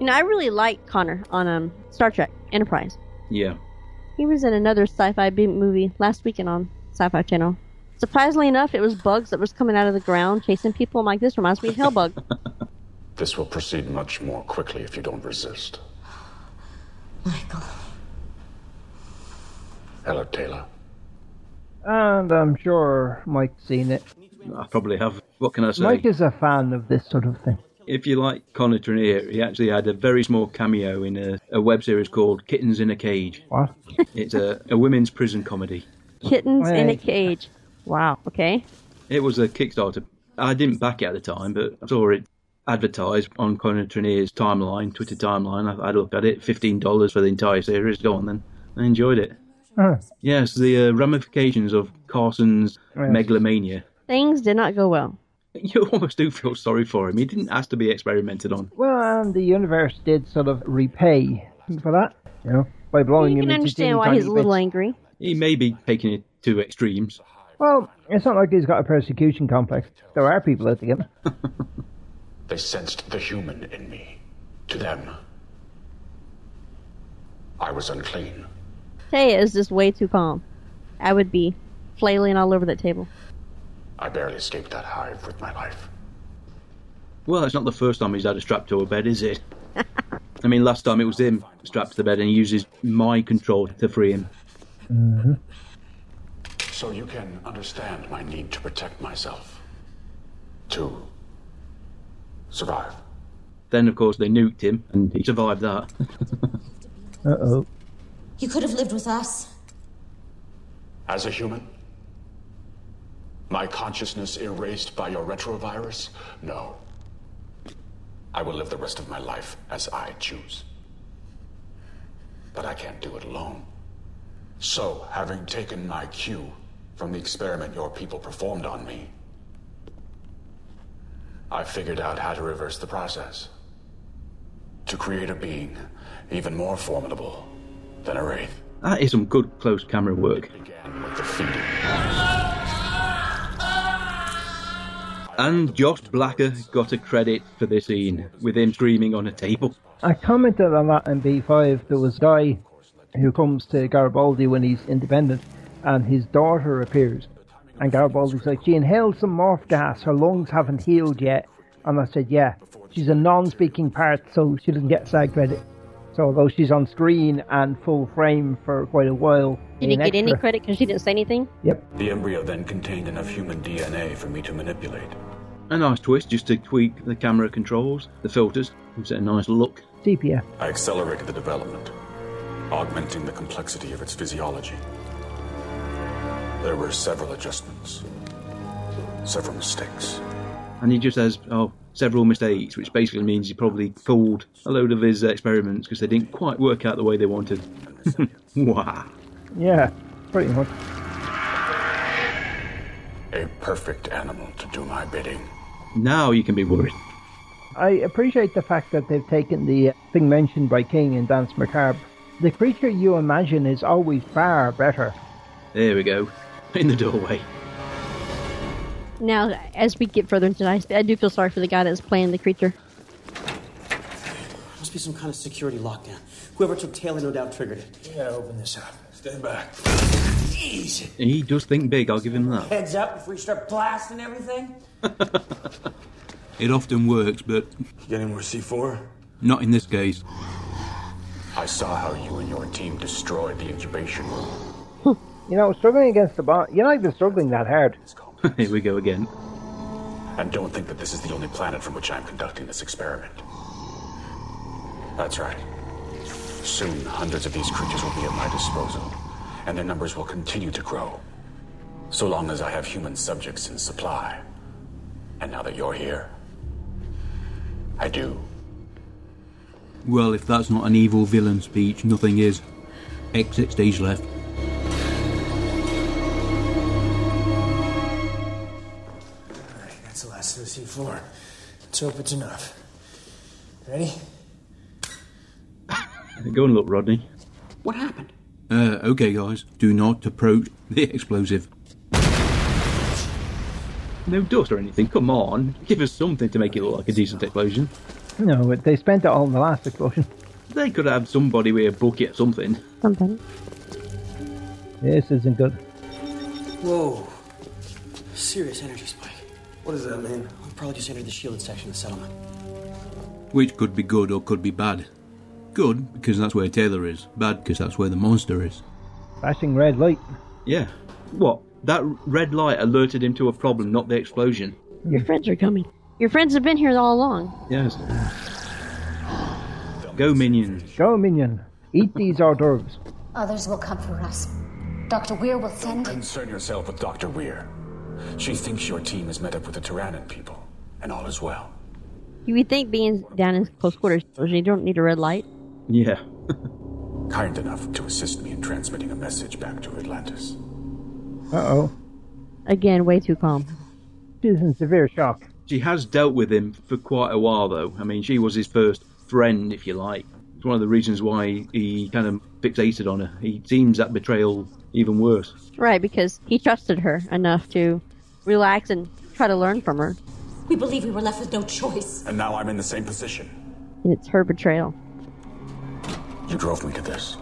[SPEAKER 3] You know, I really like Connor on um, Star Trek Enterprise.
[SPEAKER 4] Yeah.
[SPEAKER 3] He was in another sci-fi b- movie last weekend on Sci-Fi Channel. Surprisingly enough, it was bugs that was coming out of the ground chasing people. I'm like, this reminds me of Hellbug.
[SPEAKER 9] This will proceed much more quickly if you don't resist.
[SPEAKER 7] Michael.
[SPEAKER 9] Hello, Taylor.
[SPEAKER 2] And I'm sure Mike's seen it.
[SPEAKER 4] I probably have. What can I say?
[SPEAKER 2] Mike is a fan of this sort of thing.
[SPEAKER 4] If you like Connor Trenier, he actually had a very small cameo in a, a web series called Kittens in a Cage.
[SPEAKER 2] What?
[SPEAKER 4] It's a, a women's prison comedy.
[SPEAKER 3] Kittens in a
[SPEAKER 4] Right.
[SPEAKER 3] cage. Wow. Okay.
[SPEAKER 4] It was a Kickstarter. I didn't back it at the time, but I saw it advertised on Conor Trenier's timeline, Twitter timeline. I had a look at it, $15 for the entire series. Go on then. I enjoyed it.
[SPEAKER 2] Uh-huh.
[SPEAKER 4] Yes, the uh, ramifications of Carson's
[SPEAKER 3] Yes.
[SPEAKER 4] megalomania.
[SPEAKER 3] Things did not go well.
[SPEAKER 4] You almost do feel sorry for him. He didn't ask to be experimented on.
[SPEAKER 2] Well, and the universe did sort of repay for that, Oh, you know, by blowing
[SPEAKER 3] You
[SPEAKER 2] him
[SPEAKER 3] can
[SPEAKER 2] into teeny
[SPEAKER 3] understand why he's a
[SPEAKER 2] tiny
[SPEAKER 3] little
[SPEAKER 2] bits.
[SPEAKER 3] angry.
[SPEAKER 4] He may be taking it to extremes.
[SPEAKER 2] Well, it's not like he's got a persecution complex. There are people out to get him.
[SPEAKER 9] They sensed the human in me. To them, I was unclean.
[SPEAKER 3] Taya is just way too calm. I would be flailing all over that table.
[SPEAKER 9] I barely escaped that hive with my life.
[SPEAKER 4] Well, it's not the first time he's had a strap to a bed, is it? I mean, last time it was him strapped to the bed and he uses my control to free him.
[SPEAKER 9] So you can understand my need to protect myself. To survive.
[SPEAKER 4] Then, of course, they nuked him and he survived that.
[SPEAKER 2] Uh oh.
[SPEAKER 7] You could have lived with us.
[SPEAKER 9] As a human? My consciousness erased by your retrovirus? No. I will live the rest of my life as I choose. But I can't do it alone. So, having taken my cue from the experiment your people performed on me, I figured out how to reverse the process. To create a being even more formidable than a wraith.
[SPEAKER 4] That is some good close camera work. And Josh Blacker got a credit for this scene with him screaming on a table.
[SPEAKER 2] I commented on that in B5. There was a guy who comes to Garibaldi when he's independent, and his daughter appears. And Garibaldi's like, She inhaled some morph gas, her lungs haven't healed yet. And I said, Yeah, she's a non speaking part, so she doesn't get side credit. So, although she's on screen and full frame for quite a while,
[SPEAKER 3] Did he
[SPEAKER 2] an
[SPEAKER 3] get any
[SPEAKER 2] extra-
[SPEAKER 3] credit because she didn't say anything?
[SPEAKER 2] Yep.
[SPEAKER 9] The embryo then contained enough human DNA for me to manipulate.
[SPEAKER 4] A nice twist just to tweak the camera controls, the filters, gives it a nice look.
[SPEAKER 2] CPF.
[SPEAKER 9] I accelerated the development, augmenting the complexity of its physiology. There were several adjustments, several mistakes.
[SPEAKER 4] And he just has, oh, several mistakes, which basically means he probably fooled a load of his experiments because they didn't quite work out the way they wanted. wow.
[SPEAKER 2] Yeah, pretty much.
[SPEAKER 9] A perfect animal to do my bidding.
[SPEAKER 4] Now you can be worried.
[SPEAKER 2] I appreciate the fact that they've taken the uh, thing mentioned by King in Dance Macabre. The creature you imagine is always far better.
[SPEAKER 4] There we go. In the doorway.
[SPEAKER 3] Now, as we get further into this, I do feel sorry for the guy that's playing the creature.
[SPEAKER 8] Must be some kind of security lockdown. Whoever took Taylor no doubt triggered it.
[SPEAKER 12] We gotta open this up.
[SPEAKER 9] Stand back.
[SPEAKER 12] Jeez.
[SPEAKER 4] He does think big, I'll give him that.
[SPEAKER 12] Heads up before you start blasting everything.
[SPEAKER 11] It often works, but.
[SPEAKER 9] Getting more C4?
[SPEAKER 11] Not in this case.
[SPEAKER 9] I saw how you and your team destroyed the incubation room.
[SPEAKER 2] You know, struggling against the bomb, you're not even struggling that hard.
[SPEAKER 4] Here we go again.
[SPEAKER 9] And don't think that this is the only planet from which I'm conducting this experiment. That's right. Soon, hundreds of these creatures will be at my disposal, and their numbers will continue to grow. So long as I have human subjects in supply. And now that you're here, I do.
[SPEAKER 11] Well, if that's not an evil villain speech, nothing is. Exit stage left.
[SPEAKER 14] Alright, that's the last of the C4. Let's hope it's enough. Ready?
[SPEAKER 4] Go and look, Rodney.
[SPEAKER 14] What happened?
[SPEAKER 11] Uh, okay, guys, do not approach the explosive.
[SPEAKER 4] No dust or anything. Come on. Give us something to make it look like a decent explosion.
[SPEAKER 2] No, they spent it all in the last explosion.
[SPEAKER 4] They could have somebody with a bucket or something.
[SPEAKER 3] Something.
[SPEAKER 2] This isn't good.
[SPEAKER 8] Whoa. Serious energy spike. What does that mean? I probably just entered the shielded section of the settlement.
[SPEAKER 11] Which could be good or could be bad. Good, because that's where Taylor is. Bad, because that's where the monster is.
[SPEAKER 2] Flashing red light.
[SPEAKER 4] Yeah. What? That red light alerted him to a problem, not the explosion.
[SPEAKER 3] Your friends are coming. Your friends have been here all along.
[SPEAKER 4] Yes. Go, minion.
[SPEAKER 2] Go, minion. Eat these hors d'oeuvres.
[SPEAKER 7] Others will come for us. Dr. Weir will send.
[SPEAKER 9] Concern yourself with Dr. Weir. She thinks your team has met up with the Tyrannan people, and all is well.
[SPEAKER 3] You would think being down in close quarters, you don't need a red light.
[SPEAKER 4] Yeah.
[SPEAKER 9] kind enough to assist me in transmitting a message back to Atlantis.
[SPEAKER 2] Uh oh.
[SPEAKER 3] Again, way too calm.
[SPEAKER 2] She's in severe shock.
[SPEAKER 4] She has dealt with him for quite a while, though. I mean, she was his first friend, if you like. It's one of the reasons why he kind of fixated on her. He deems that betrayal even worse.
[SPEAKER 3] Right, because he trusted her enough to relax and try to learn from her.
[SPEAKER 7] We believe we were left with no choice.
[SPEAKER 9] And now I'm in the same position.
[SPEAKER 3] And it's her betrayal.
[SPEAKER 9] You drove me to this.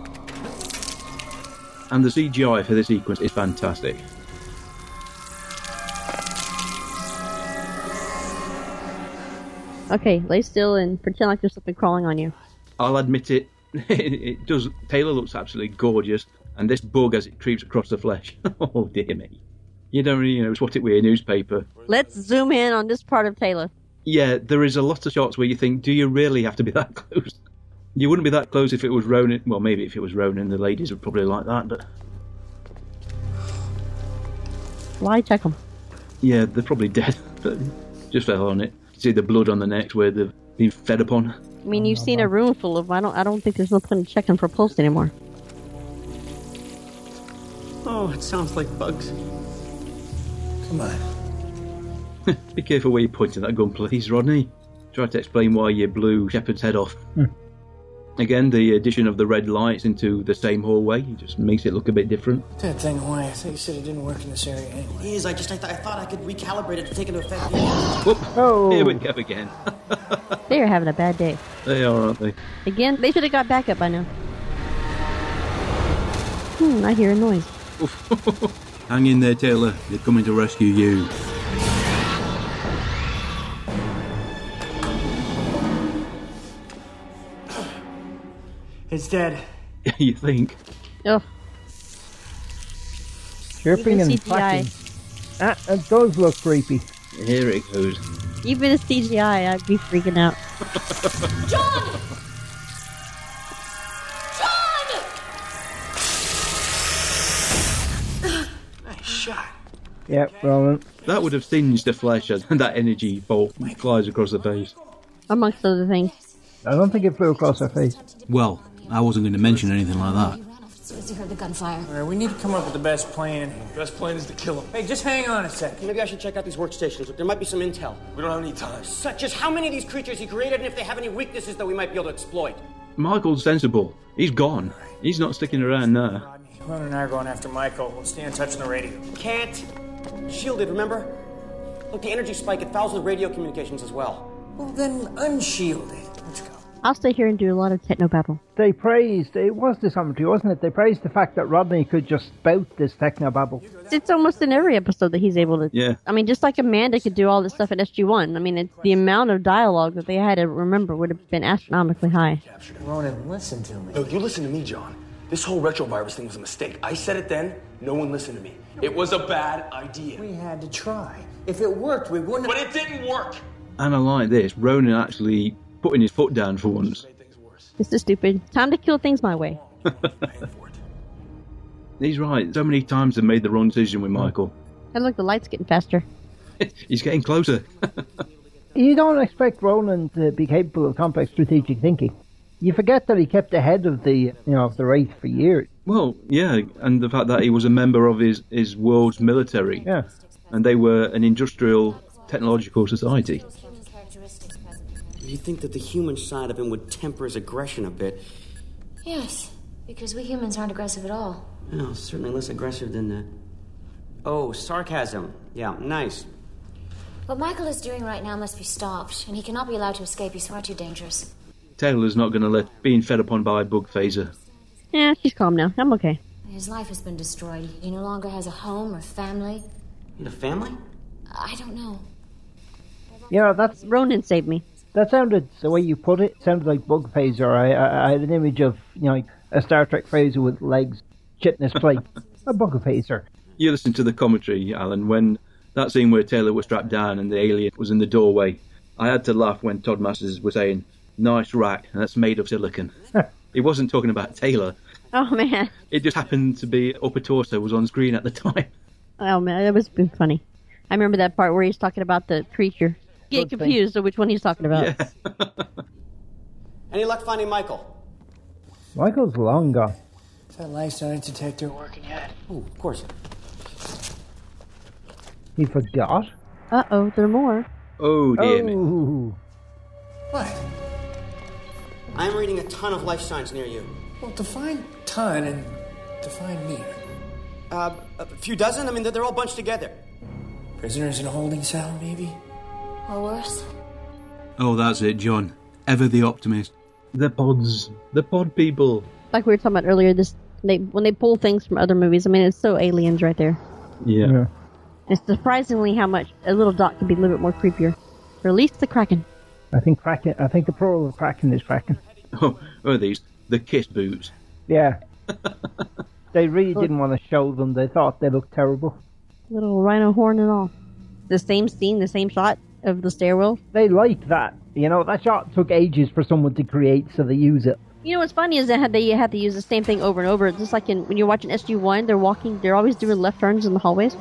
[SPEAKER 4] And the CGI for this sequence is fantastic.
[SPEAKER 3] Okay, lay still and pretend like there's something crawling on you.
[SPEAKER 4] I'll admit it. it does. Taylor looks absolutely gorgeous, and this bug as it creeps across the flesh. oh dear me! You don't really you know swat it with a newspaper.
[SPEAKER 3] Let's zoom in on this part of Taylor.
[SPEAKER 4] Yeah, there is a lot of shots where you think, do you really have to be that close? You wouldn't be that close if it was Ronan. Well, maybe if it was Ronan, the ladies would probably like that. But
[SPEAKER 3] Lie check him.
[SPEAKER 4] yeah, they're probably dead. but just fell on it. You see the blood on the necks where they've been fed upon.
[SPEAKER 3] I mean, you've seen a room full of. I don't. I don't think there's no point in checking for pulse anymore.
[SPEAKER 8] Oh, it sounds like bugs. Come on.
[SPEAKER 4] Be careful where you're pointing that gun, please, Rodney. Try to explain why you blew Shepard's head off.
[SPEAKER 2] Hmm.
[SPEAKER 4] Again, the addition of the red lights into the same hallway just makes it look a bit different.
[SPEAKER 14] Put that thing away. I thought you said it didn't work in this area anyway.
[SPEAKER 8] It is. I just I, th- I thought I could recalibrate it to take into effect.
[SPEAKER 4] Whoop! Oh. Here we go again.
[SPEAKER 3] They are having a bad day.
[SPEAKER 4] They are, aren't they?
[SPEAKER 3] Again, they should have got backup by now. Hmm, I hear a noise.
[SPEAKER 11] Hang in there, Taylor. They're coming to rescue you.
[SPEAKER 10] It's dead.
[SPEAKER 4] you think?
[SPEAKER 3] Ugh.
[SPEAKER 2] Chirping
[SPEAKER 3] Even
[SPEAKER 2] and
[SPEAKER 3] CGI.
[SPEAKER 2] clacking. That, that does look creepy.
[SPEAKER 4] Here it goes.
[SPEAKER 3] Even a CGI, I'd be freaking out.
[SPEAKER 7] John!
[SPEAKER 2] Yep, Ronan.
[SPEAKER 4] That would have singed the flesh as that energy bolt flies across the face.
[SPEAKER 3] Amongst other things.
[SPEAKER 2] I don't think it flew across her face.
[SPEAKER 11] Well, I wasn't going to mention anything like that.
[SPEAKER 7] As you heard the gunfire.
[SPEAKER 10] All right, we need to come up with the best plan. Best plan is to kill him. Hey, just hang on a sec.
[SPEAKER 8] Maybe I should check out these workstations. There might be some intel.
[SPEAKER 10] We don't have any time.
[SPEAKER 8] Such as how many of these creatures he created and if they have any weaknesses that we might be able to exploit.
[SPEAKER 4] Michael's sensible. He's gone. He's not sticking around there.
[SPEAKER 10] Ron and I are going after Michael. We'll stay in touch on the radio.
[SPEAKER 8] Can't. Shielded, remember? Look, the energy spike, it fouls with radio communications as well.
[SPEAKER 14] Well, then unshield it.
[SPEAKER 3] I'll stay here and do a lot of techno babble.
[SPEAKER 2] They praised, it was this commentary, wasn't it? They praised the fact that Rodney could just spout this technobabble.
[SPEAKER 3] It's almost in every episode that he's able to.
[SPEAKER 4] Yeah.
[SPEAKER 3] I mean, just like Amanda could do all this stuff at SG1. I mean, it's the amount of dialogue that they had to remember would have been astronomically high.
[SPEAKER 10] Ronan, listen to me.
[SPEAKER 12] No, you listen to me, John. This whole retrovirus thing was a mistake. I said it then, no one listened to me. It was a bad idea.
[SPEAKER 14] We had to try. If it worked, we wouldn't.
[SPEAKER 12] But it didn't work!
[SPEAKER 4] And I like this. Ronan actually putting his foot down for once.
[SPEAKER 3] This is stupid. Time to kill things my way.
[SPEAKER 4] He's right. So many times they've made the wrong decision with Michael.
[SPEAKER 3] And look, the light's getting faster.
[SPEAKER 4] He's getting closer.
[SPEAKER 2] You don't expect Ronan to be capable of complex strategic thinking. You forget that he kept ahead of the, you know, of the Wraith for years.
[SPEAKER 4] Well, yeah, and the fact that he was a member of his, his world's military.
[SPEAKER 2] Yeah.
[SPEAKER 4] And they were an industrial technological society.
[SPEAKER 8] You'd think that the human side of him would temper his aggression a bit.
[SPEAKER 7] Yes, because we humans aren't aggressive at all.
[SPEAKER 8] No, certainly less aggressive than that. Oh, sarcasm. Yeah, nice.
[SPEAKER 7] What Michael is doing right now must be stopped, and he cannot be allowed to escape. He's far too dangerous.
[SPEAKER 4] Taylor's not going to let being fed upon by Bug Phaser.
[SPEAKER 3] Yeah, she's calm now. I'm okay.
[SPEAKER 7] His life has been destroyed. He no longer has a home or family.
[SPEAKER 8] The family?
[SPEAKER 7] I don't know.
[SPEAKER 2] You know, that's
[SPEAKER 3] Ronan saved me.
[SPEAKER 2] That sounded the way you put it. Sounded like bug phaser. I, I, I had an image of you know like a Star Trek phaser with legs, chitinous plate, a bug phaser.
[SPEAKER 4] you listen to the commentary, Alan, when that scene where Taylor was strapped down and the alien was in the doorway, I had to laugh when Todd Masters was saying, nice rack, and that's made of silicon. he wasn't talking about Taylor.
[SPEAKER 3] Oh man.
[SPEAKER 4] It just happened to be Upper Torso was on screen at the time.
[SPEAKER 3] Oh man, that was been funny. I remember that part where he's talking about the creature. Get
[SPEAKER 8] Good thing.
[SPEAKER 3] confused of which one he's talking about.
[SPEAKER 8] Any luck finding Michael?
[SPEAKER 2] Michael's long gone.
[SPEAKER 14] Is that life science detector working yet?
[SPEAKER 8] Oh, of course.
[SPEAKER 2] He forgot.
[SPEAKER 3] Uh oh, there are more.
[SPEAKER 4] Oh
[SPEAKER 8] dear
[SPEAKER 2] me.
[SPEAKER 8] I'm reading a ton of life signs near you.
[SPEAKER 14] Well, define ton and define meter.
[SPEAKER 8] Uh, a few dozen? I mean, they're- they're all bunched together.
[SPEAKER 14] Prisoners in a holding cell, maybe?
[SPEAKER 7] Or worse?
[SPEAKER 4] Oh, that's it, John. Ever the optimist. The pods. The pod people.
[SPEAKER 3] Like we were talking about earlier, this they when they pull things from other movies. I mean, it's so aliens right there.
[SPEAKER 4] Yeah.
[SPEAKER 3] It's surprisingly how much a little dot can be a little bit more creepier. Release the kraken.
[SPEAKER 2] I think Kraken. I think the plural of Kraken is Kraken.
[SPEAKER 4] Oh, oh, these. The kiss boots.
[SPEAKER 2] Yeah. they really didn't want to show them. They thought they looked terrible.
[SPEAKER 3] Little rhino horn and all. The same scene, the same shot of the stairwell.
[SPEAKER 2] They like that. You know, that shot took ages for someone to create, so they use it.
[SPEAKER 3] You know what's funny is that they had to use the same thing over and over. It's just like in, when you're watching SG One, they're walking, they're always doing left turns in the hallways.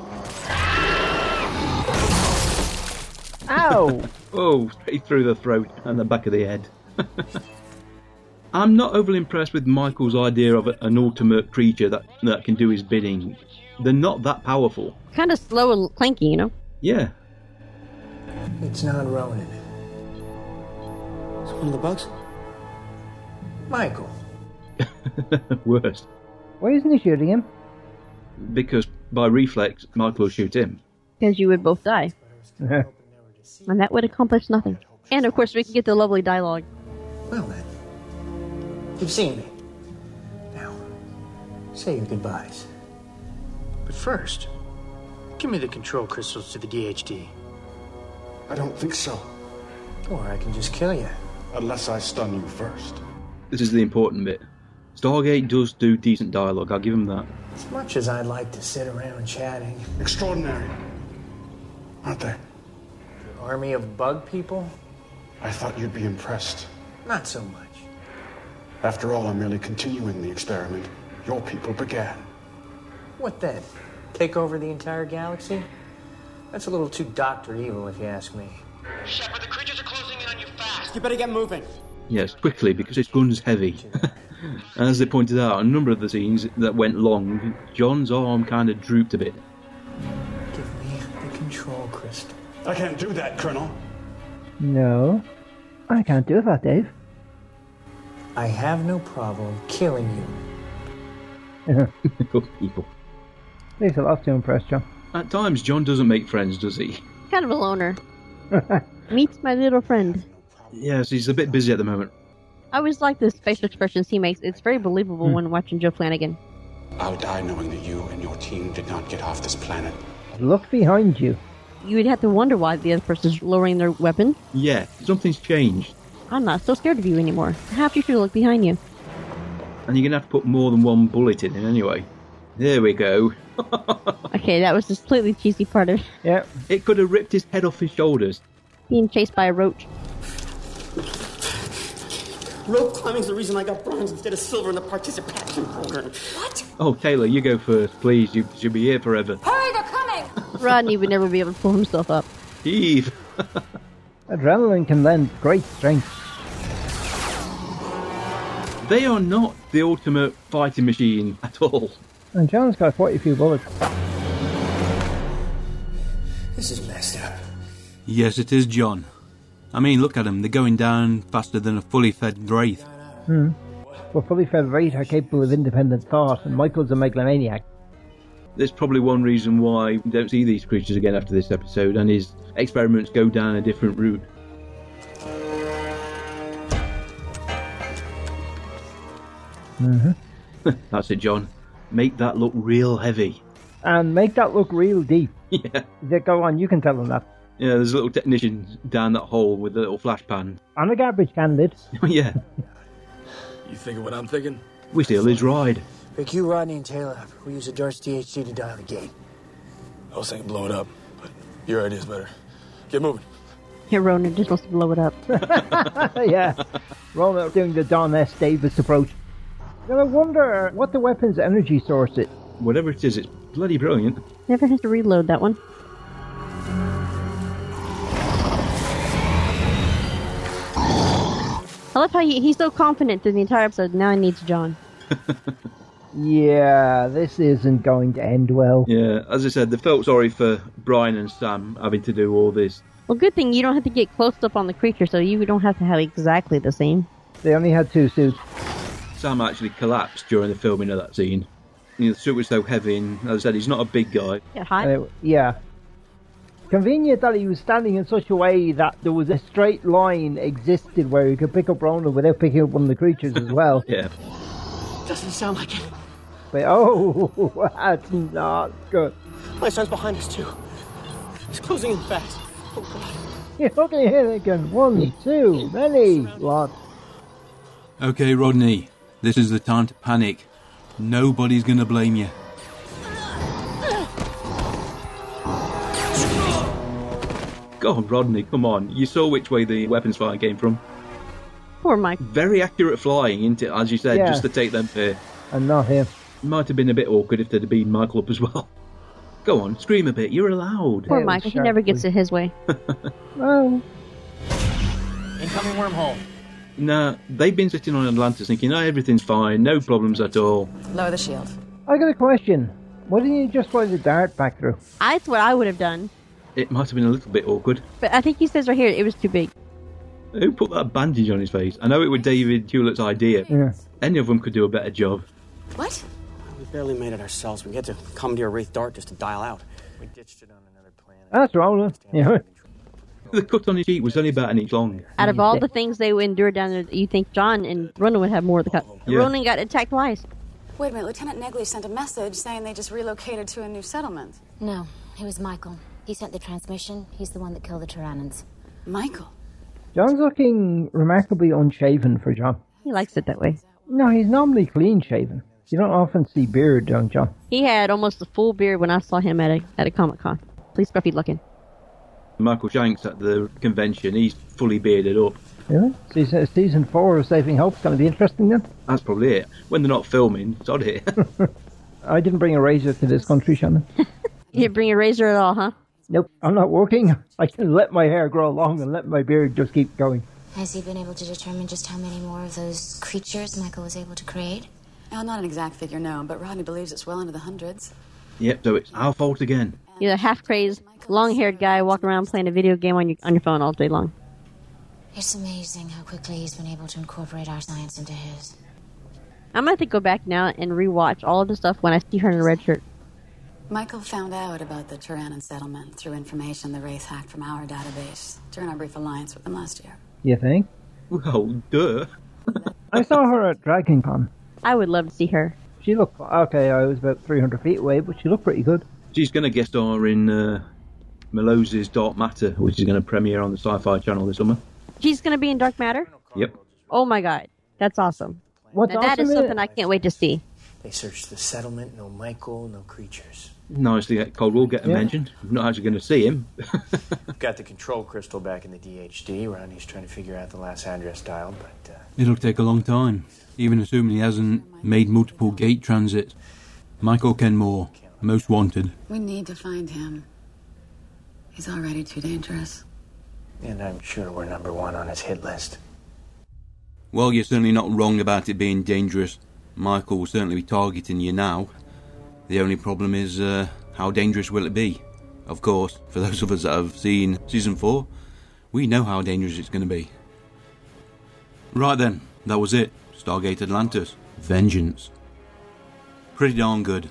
[SPEAKER 2] Ow!
[SPEAKER 4] oh, straight through the throat and the back of the head. I'm not overly impressed with Michael's idea of a- an ultimate creature that, that can do his bidding. They're not that powerful.
[SPEAKER 3] Kind of slow and clanky, you know.
[SPEAKER 4] Yeah.
[SPEAKER 14] It's not Ronan.
[SPEAKER 8] It's one of the bugs.
[SPEAKER 14] Michael.
[SPEAKER 4] Worse.
[SPEAKER 2] Why isn't he shooting him?
[SPEAKER 4] Because by reflex, Michael will shoot him.
[SPEAKER 3] Because you would both die,
[SPEAKER 4] That's
[SPEAKER 3] and that would accomplish nothing. And of course, we can get the lovely dialogue.
[SPEAKER 14] You've seen me. Now, say your goodbyes.
[SPEAKER 10] But first, give me the control crystals to the DHD.
[SPEAKER 9] I don't think so.
[SPEAKER 14] Or I can just kill you.
[SPEAKER 9] Unless I stun you first.
[SPEAKER 4] This is the important bit. Stargate does do decent dialogue, I'll give him that.
[SPEAKER 14] As much as I'd like to sit around chatting.
[SPEAKER 9] Extraordinary. Aren't they?
[SPEAKER 10] Army of bug people?
[SPEAKER 9] I thought you'd be impressed.
[SPEAKER 14] Not so much.
[SPEAKER 9] After all, I'm merely continuing the experiment your people began.
[SPEAKER 10] What then? Take over the entire galaxy? That's a little too Doctor Evil, if you ask me.
[SPEAKER 8] Shepard, the creatures are closing in on you fast. You better get moving.
[SPEAKER 4] Yes, quickly, because his gun's heavy. As they pointed out, a number of the scenes that went long, John's arm kind of drooped a bit.
[SPEAKER 14] Give me the control crystal.
[SPEAKER 9] I can't do that, Colonel.
[SPEAKER 2] No. I can't do that, Dave.
[SPEAKER 14] I have no problem killing you.
[SPEAKER 4] Good people.
[SPEAKER 2] Leaves a lot to impress John.
[SPEAKER 4] At times, John doesn't make friends, does he?
[SPEAKER 3] Kind of a loner. Meets my little friend.
[SPEAKER 4] Yes, he's a bit busy at the moment.
[SPEAKER 3] I always like the facial expressions he makes. It's very believable when watching Joe Flanagan.
[SPEAKER 9] I'll die knowing that you and your team did not get off this planet.
[SPEAKER 2] Look behind you.
[SPEAKER 3] You would have to wonder why the other person's lowering their weapon.
[SPEAKER 4] Yeah, something's changed,
[SPEAKER 3] I'm not so scared of you anymore. Perhaps you should look behind you.
[SPEAKER 4] and you're gonna have to put more than one bullet in it anyway. There we go.
[SPEAKER 3] Okay, that was just completely cheesy part of
[SPEAKER 2] Yeah.
[SPEAKER 4] It could have ripped his head off his shoulders.
[SPEAKER 3] being chased by a roach.
[SPEAKER 8] Rope climbing's the reason I got bronze instead of silver in the participation program. What?
[SPEAKER 4] Oh, Taylor, you go first, please. You should be here forever.
[SPEAKER 7] Hurry, they're coming!
[SPEAKER 3] Rodney would never be able to pull himself up.
[SPEAKER 4] Eve.
[SPEAKER 2] Adrenaline can lend great strength.
[SPEAKER 4] They are not the ultimate fighting machine at all.
[SPEAKER 2] And John's got quite a few bullets.
[SPEAKER 14] This is messed up.
[SPEAKER 11] Yes, it is John. I mean, look at them. They're going down faster than a fully fed wraith.
[SPEAKER 2] Hmm. Well, fully fed Raid are capable of independent thought, and Michael's a megalomaniac.
[SPEAKER 4] There's probably one reason why we don't see these creatures again after this episode, and his experiments go down a different route.
[SPEAKER 2] Mm-hmm.
[SPEAKER 4] That's it, John. Make that look real heavy.
[SPEAKER 2] And make that look real deep.
[SPEAKER 4] Yeah.
[SPEAKER 2] They go on, you can tell them that.
[SPEAKER 4] Yeah, there's a little technician down that hole with a little flash pan.
[SPEAKER 2] On a garbage can lid.
[SPEAKER 4] yeah,
[SPEAKER 12] You thinking what I'm thinking?
[SPEAKER 4] we steal his ride.
[SPEAKER 14] Rick, you, Rodney, and Taylor. We use the Dart's DHD to dial the gate.
[SPEAKER 12] I was saying blow it up, but your idea's better. Get moving.
[SPEAKER 3] Here, Ronan just wants to blow it up.
[SPEAKER 2] yeah. Ronan doing the Don S. Davis approach. Now I wonder what the weapon's energy source is.
[SPEAKER 4] Whatever it is, it's bloody brilliant.
[SPEAKER 3] Never has to reload that one. I love how he, he's so confident through the entire episode. Now he needs John.
[SPEAKER 2] Yeah, this isn't going to end well.
[SPEAKER 4] Yeah, as I said, they felt sorry for Brian and Sam having to do all this.
[SPEAKER 3] Well, good thing you don't have to get close up on the creature, so you don't have to have exactly the same.
[SPEAKER 2] They only had two suits.
[SPEAKER 4] Sam actually collapsed during the filming of that scene. You know, the suit was so heavy, and as I said, he's not a big guy.
[SPEAKER 2] And it- Uh, yeah. Convenient that he was standing in such a way that there was a straight line existed where he could pick up Ronan without picking up one of the creatures as well.
[SPEAKER 4] yeah.
[SPEAKER 8] Doesn't sound like it.
[SPEAKER 2] But oh, that's not good.
[SPEAKER 8] My son's behind us, too. He's closing in fast. Oh,
[SPEAKER 2] You're looking here again. One, two, many, lot.
[SPEAKER 11] Okay, Rodney, this is the time to panic. Nobody's going to blame you.
[SPEAKER 4] God, Rodney, come on. You saw which way the weapons fire came from.
[SPEAKER 3] Poor Mike.
[SPEAKER 4] Very accurate flying into, as you said,
[SPEAKER 2] Yeah.
[SPEAKER 4] just to take them there.
[SPEAKER 2] And not him.
[SPEAKER 4] Might have been a bit awkward if they'd have been Michael up as well. Go on, scream a bit. You're allowed.
[SPEAKER 3] Poor Michael. He never gets it his way. oh.
[SPEAKER 10] Incoming wormhole.
[SPEAKER 4] Nah, they've been sitting on Atlantis thinking, oh, everything's fine, no problems at all.
[SPEAKER 7] Lower the shield.
[SPEAKER 2] I got a question. Why didn't you just throw the dart back through?
[SPEAKER 3] That's what I would have done.
[SPEAKER 4] It might have been a little bit awkward.
[SPEAKER 3] But I think he says right here it was too big.
[SPEAKER 4] Who put that bandage on his face? I know it was David Hewlett's idea. Any of them could do a better job.
[SPEAKER 8] What? We barely made it ourselves. We had to commandeer Wraith Dart just to dial out. We ditched it on another planet.
[SPEAKER 2] That's Ronan. Yeah.
[SPEAKER 4] The cut on his cheek was only about an inch long.
[SPEAKER 3] Out of all the things they would endure down there, you think John and Ronan would have more of the cut.
[SPEAKER 4] Yeah.
[SPEAKER 3] Ronan got attacked twice.
[SPEAKER 7] Wait a minute, Lieutenant Negley sent a message saying they just relocated to a new settlement.
[SPEAKER 15] No, it was Michael. He sent the transmission. He's the one that killed the Tyrannans.
[SPEAKER 7] Michael?
[SPEAKER 2] John's looking remarkably unshaven for John.
[SPEAKER 3] He likes it that way.
[SPEAKER 2] No, he's normally clean shaven. You don't often see beard on John.
[SPEAKER 3] He had almost a full beard when I saw him at a at a comic con. Please, scruffy looking.
[SPEAKER 4] Michael Shanks at the convention, he's fully bearded up.
[SPEAKER 2] Really? Season, season four of Saving Hope's going to be interesting then.
[SPEAKER 4] That's probably it. When they're not filming, sod it.
[SPEAKER 2] I didn't bring a razor to this country, Shannon.
[SPEAKER 3] You didn't bring a razor at all, huh?
[SPEAKER 2] Nope, I'm not working. I can let my hair grow long and let my beard just keep going.
[SPEAKER 15] Has he been able to determine just how many more of those creatures Michael was able to create?
[SPEAKER 7] Now, not an exact figure, no, but Rodney believes it's well into the hundreds.
[SPEAKER 4] yep, so it's our fault again.
[SPEAKER 3] You're a half crazed, long haired guy walking around playing a video game on your on your phone all day long.
[SPEAKER 15] It's amazing how quickly he's been able to incorporate our science into his.
[SPEAKER 3] I'm gonna have to go back now and rewatch all of the stuff when I see her in a red shirt.
[SPEAKER 7] Michael found out about the Tyrannan settlement through information the Wraith hacked from our database during our brief alliance with them last year.
[SPEAKER 2] You think?
[SPEAKER 4] Well, duh.
[SPEAKER 2] I saw her at Dragon Con.
[SPEAKER 3] I would love to see her.
[SPEAKER 2] She looked okay. I was about 300 feet away, but she looked pretty good.
[SPEAKER 4] She's going to guest star in uh, Meloz's Dark Matter, which is going to premiere on the Sci Fi Channel this summer.
[SPEAKER 3] She's gonna be in Dark Matter.
[SPEAKER 4] Yep.
[SPEAKER 3] Oh my god, that's awesome.
[SPEAKER 2] What's
[SPEAKER 3] now, that
[SPEAKER 2] awesome
[SPEAKER 3] is
[SPEAKER 2] is-
[SPEAKER 3] something I can't wait to see.
[SPEAKER 10] They searched the settlement. No Michael. No creatures.
[SPEAKER 4] Nicely that Cole will get a
[SPEAKER 10] Yeah.
[SPEAKER 4] mention. I'm not actually going to see him.
[SPEAKER 10] Got the control crystal back in the DHD. Rodney's trying to figure out the last address dialed, but uh,
[SPEAKER 11] It'll take a long time, even assuming he hasn't made multiple gate transits. Michael Kenmore, most wanted.
[SPEAKER 7] We need to find him. He's already too dangerous.
[SPEAKER 10] and I'm sure we're number one on his hit list.
[SPEAKER 11] Well, you're certainly not wrong about it being dangerous. Michael will certainly be targeting you now. The only problem is uh, how dangerous will it be? Of course, for those of us that have seen season four, we know how dangerous it's going to be. Right then, that was it. Stargate Atlantis, Vengeance. Pretty darn good.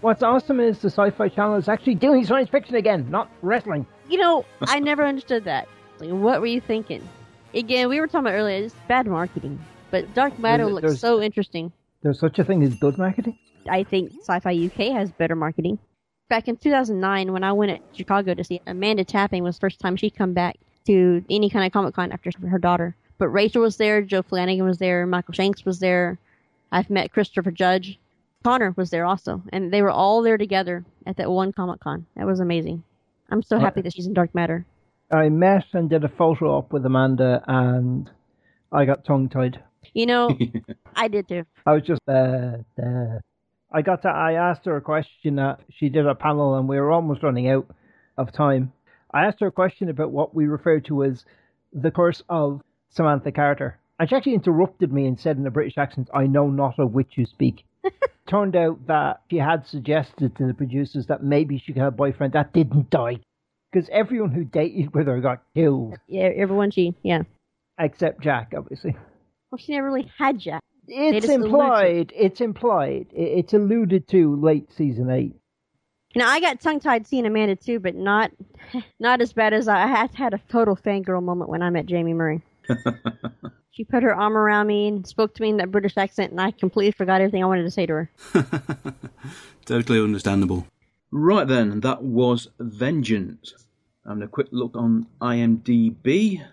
[SPEAKER 2] What's awesome is the Sci Fi Channel is actually doing science fiction again, not wrestling.
[SPEAKER 3] You know, I never understood that. Like, what were you thinking? Again, we were talking about earlier. It's bad marketing, but Dark Matter
[SPEAKER 2] There's-
[SPEAKER 3] looks
[SPEAKER 2] there's-
[SPEAKER 3] so interesting.
[SPEAKER 2] There's such a thing as good marketing.
[SPEAKER 3] I think Sci-Fi UK has better marketing. Back in 2009, when I went to Chicago to see Amanda Tapping was the first time she come back to any kind of Comic Con after her daughter. But Rachel was there, Joe Flanagan was there, Michael Shanks was there. I've met Christopher Judge. Connor was there also, and they were all there together at that one Comic Con. That was amazing. I'm so happy that she's in Dark Matter.
[SPEAKER 2] I met and did a photo op with Amanda, and I got tongue tied.
[SPEAKER 3] You know, I did too.
[SPEAKER 2] I was just there, there. I got to. I asked her a question that she did a panel, and we were almost running out of time. I asked her a question about what we refer to as the curse of Samantha Carter, and she actually interrupted me and said in a British accent, "I know not of which you speak." Turned out that she had suggested to the producers that maybe she could have a boyfriend that didn't die, because everyone who dated with her got killed,
[SPEAKER 3] Yeah, everyone she yeah.
[SPEAKER 2] except Jack, obviously.
[SPEAKER 3] Well, she never really had Jack. They
[SPEAKER 2] It's
[SPEAKER 3] just alluded-
[SPEAKER 2] implied. It's implied. I- It's alluded to late season eight.
[SPEAKER 3] Now I got tongue tied seeing Amanda too, but not not as bad as I, I had had a total fangirl moment when I met Jamie Murray. she put her arm around me and spoke to me in that British accent, and I completely forgot everything I wanted to say to her.
[SPEAKER 4] Totally understandable. Right then, that was Vengeance. And a quick look on IMDb.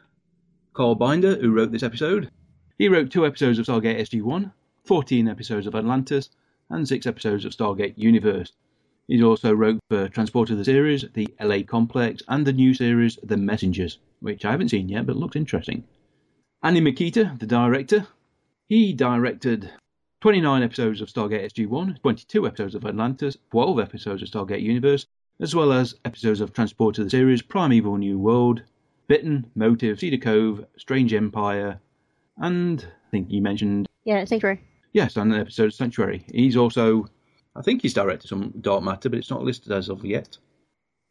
[SPEAKER 4] Carl Binder, who wrote this episode, he wrote two episodes of Stargate SG 1, 14 episodes of Atlantis, and six episodes of Stargate Universe. He also wrote for Transporter the series, the LA Complex, and the new series The Messengers, which I haven't seen yet but looks interesting. Annie Makita, the director, he directed 29 episodes of Stargate SG-1, 22 episodes of Atlantis, 12 episodes of Stargate Universe, as well as episodes of Transporter the series, Primeval New World, Bitten, Motive, Cedar Cove, Strange Empire, and I think you mentioned
[SPEAKER 3] Yeah, Sanctuary.
[SPEAKER 4] yes, and an episode of Sanctuary. He's also, I think he's directed some Dark Matter, but it's not listed as of yet.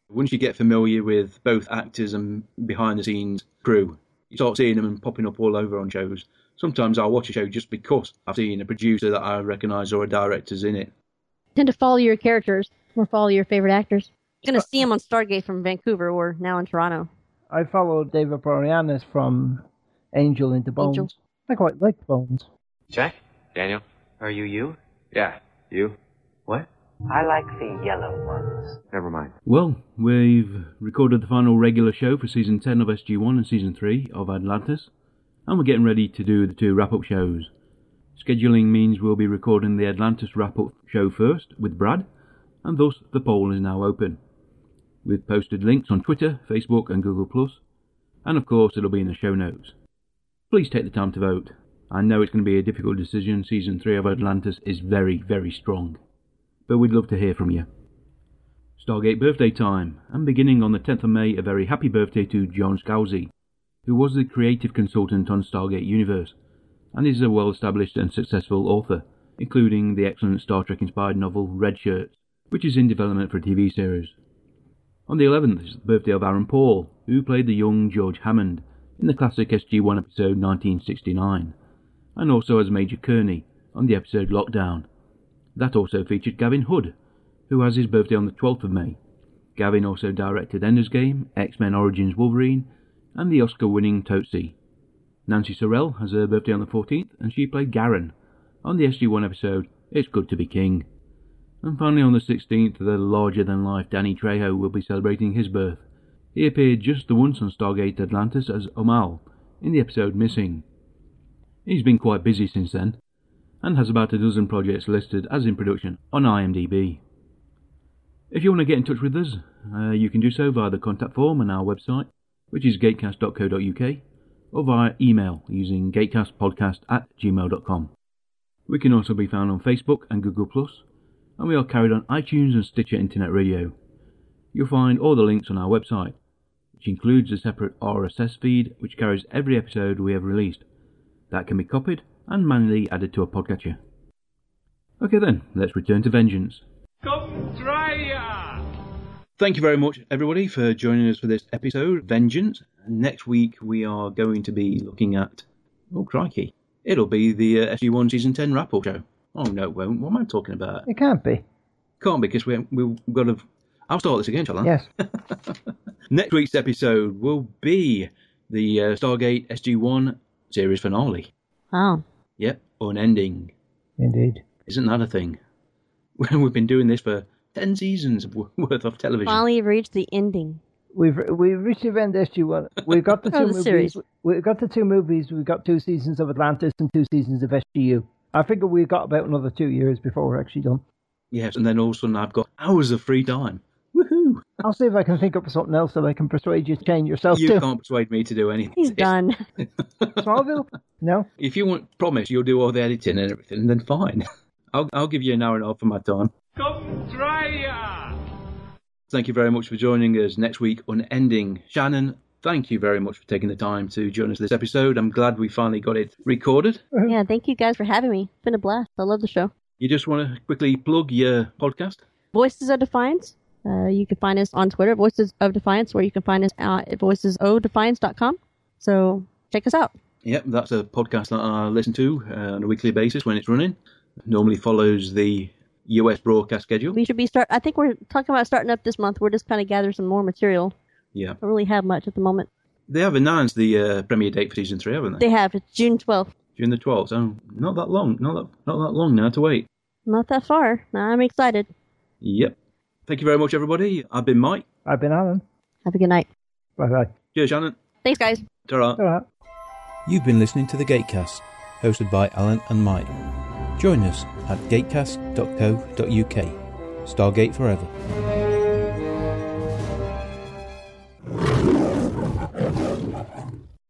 [SPEAKER 4] Once you get familiar with both actors and behind the scenes crew, you start seeing them and popping up all over on shows. Sometimes I'll watch a show just because I've seen a producer that I recognise or a director's in it.
[SPEAKER 3] Tend to follow your characters or follow your favorite actors. You're gonna see him on Stargate from Vancouver or now in Toronto.
[SPEAKER 2] I followed David Boreanaz from Angel into Bones.
[SPEAKER 3] Angel.
[SPEAKER 2] I quite liked Bones.
[SPEAKER 16] Jack? Daniel? Are you you? Yeah, you. What? I like the yellow ones. Never mind.
[SPEAKER 4] Well, we've recorded the final regular show for season 10 of SG1 and season 3 of Atlantis, and we're getting ready to do the two wrap up shows. Scheduling means we'll be recording the Atlantis wrap up show first with Brad, and thus the poll is now open. We've posted links on Twitter, Facebook, and Google, Plus, and of course it'll be in the show notes. Please take the time to vote. I know it's going to be a difficult decision. Season 3 of Atlantis is very, very strong, but we'd love to hear from you. Stargate birthday time, and beginning on the 10th of May, a very happy birthday to John Scalzi, who was the creative consultant on Stargate Universe, and is a well established and successful author, including the excellent Star Trek inspired novel Red Shirts, which is in development for a TV series. On the 11th is the birthday of Aaron Paul, who played the young George Hammond in the classic SG1 episode 1969, and also as Major Kearney on the episode Lockdown. That also featured Gavin Hood, who has his birthday on the 12th of May. Gavin also directed Ender's Game, X Men Origins Wolverine, and the Oscar winning Tootsie. Nancy Sorrell has her birthday on the 14th, and she played Garen on the SG1 episode It's Good to Be King. And finally, on the 16th, the larger than life Danny Trejo will be celebrating his birth. He appeared just the once on Stargate Atlantis as Omal in the episode Missing. He's been quite busy since then, and has about a dozen projects listed as in production on IMDb. If you want to get in touch with us, uh, you can do so via the contact form on our website, which is gatecast.co.uk, or via email using gatecastpodcast at gmail.com. We can also be found on Facebook and Google, Plus, and we are carried on iTunes and Stitcher Internet Radio. You'll find all the links on our website, which includes a separate RSS feed which carries every episode we have released. That can be copied and manually added to a podcatcher. Okay then, let's return to Vengeance.
[SPEAKER 17] Come try ya!
[SPEAKER 4] Thank you very much, everybody, for joining us for this episode, Vengeance. Next week, we are going to be looking at. Oh, crikey. It'll be the uh, SG1 Season 10 wrap up show. Oh, no, it won't. What am I talking about?
[SPEAKER 2] It can't be.
[SPEAKER 4] Can't be, because we, we've got to. I'll start this again, shall I?
[SPEAKER 2] Yes.
[SPEAKER 4] Next week's episode will be the uh, Stargate SG1 series finale.
[SPEAKER 3] Oh,
[SPEAKER 4] Yep, unending.
[SPEAKER 2] Indeed.
[SPEAKER 4] Isn't that a thing? We've been doing this for 10 seasons worth of television.
[SPEAKER 3] finally you've reached the ending.
[SPEAKER 2] We've we reached the end SG one. We've got the
[SPEAKER 3] Oh,
[SPEAKER 2] two
[SPEAKER 3] the
[SPEAKER 2] movies.
[SPEAKER 3] series.
[SPEAKER 2] We've got the two movies. We've got two seasons of Atlantis and two seasons of SGU. I figure we've got about another two years before we're actually done.
[SPEAKER 4] Yes, and then all of a sudden I've got hours of free time.
[SPEAKER 2] I'll see if I can think up something else that I can persuade you to change yourself
[SPEAKER 4] you
[SPEAKER 2] to.
[SPEAKER 4] can't persuade me to do anything.
[SPEAKER 3] He's done.
[SPEAKER 2] Smallville? No.
[SPEAKER 4] If you want, promise you'll do all the editing and everything, then fine. I'll, I'll give you an hour and a half of my time. Thank you very much for joining us next week on Ending. Shannon, thank you very much for taking the time to join us this episode. I'm glad we finally got it recorded.
[SPEAKER 3] yeah, thank you guys for having me. It's been a blast. I love the show.
[SPEAKER 4] You just want to quickly plug your podcast?
[SPEAKER 3] Voices of Defiance. Uh, you can find us on Twitter, Voices of Defiance, where you can find us uh, at voicesofdefiance.com. So check us out.
[SPEAKER 4] Yep, that's a podcast that I listen to uh, on a weekly basis when it's running. Normally follows the US broadcast schedule.
[SPEAKER 3] We should be start. I think we're talking about starting up this month. We're just kind of gathering some more material.
[SPEAKER 4] Yeah.
[SPEAKER 3] Don't really have much at the moment.
[SPEAKER 4] They have announced the uh, premiere date for season three, haven't they?
[SPEAKER 3] They have it's June twelfth.
[SPEAKER 4] June the 12th. So not that long, not that, not that long now to wait.
[SPEAKER 3] Not that far. Now I'm excited.
[SPEAKER 4] Yep. Thank you very much, everybody. I've been Mike.
[SPEAKER 2] I've been Alan.
[SPEAKER 3] Have a good night.
[SPEAKER 2] Bye bye.
[SPEAKER 4] Cheers, Shannon.
[SPEAKER 3] Thanks, guys.
[SPEAKER 4] Ta-ra.
[SPEAKER 1] You've been listening to The Gatecast, hosted by Alan and Mike. Join us at gatecast.co.uk. Stargate Forever.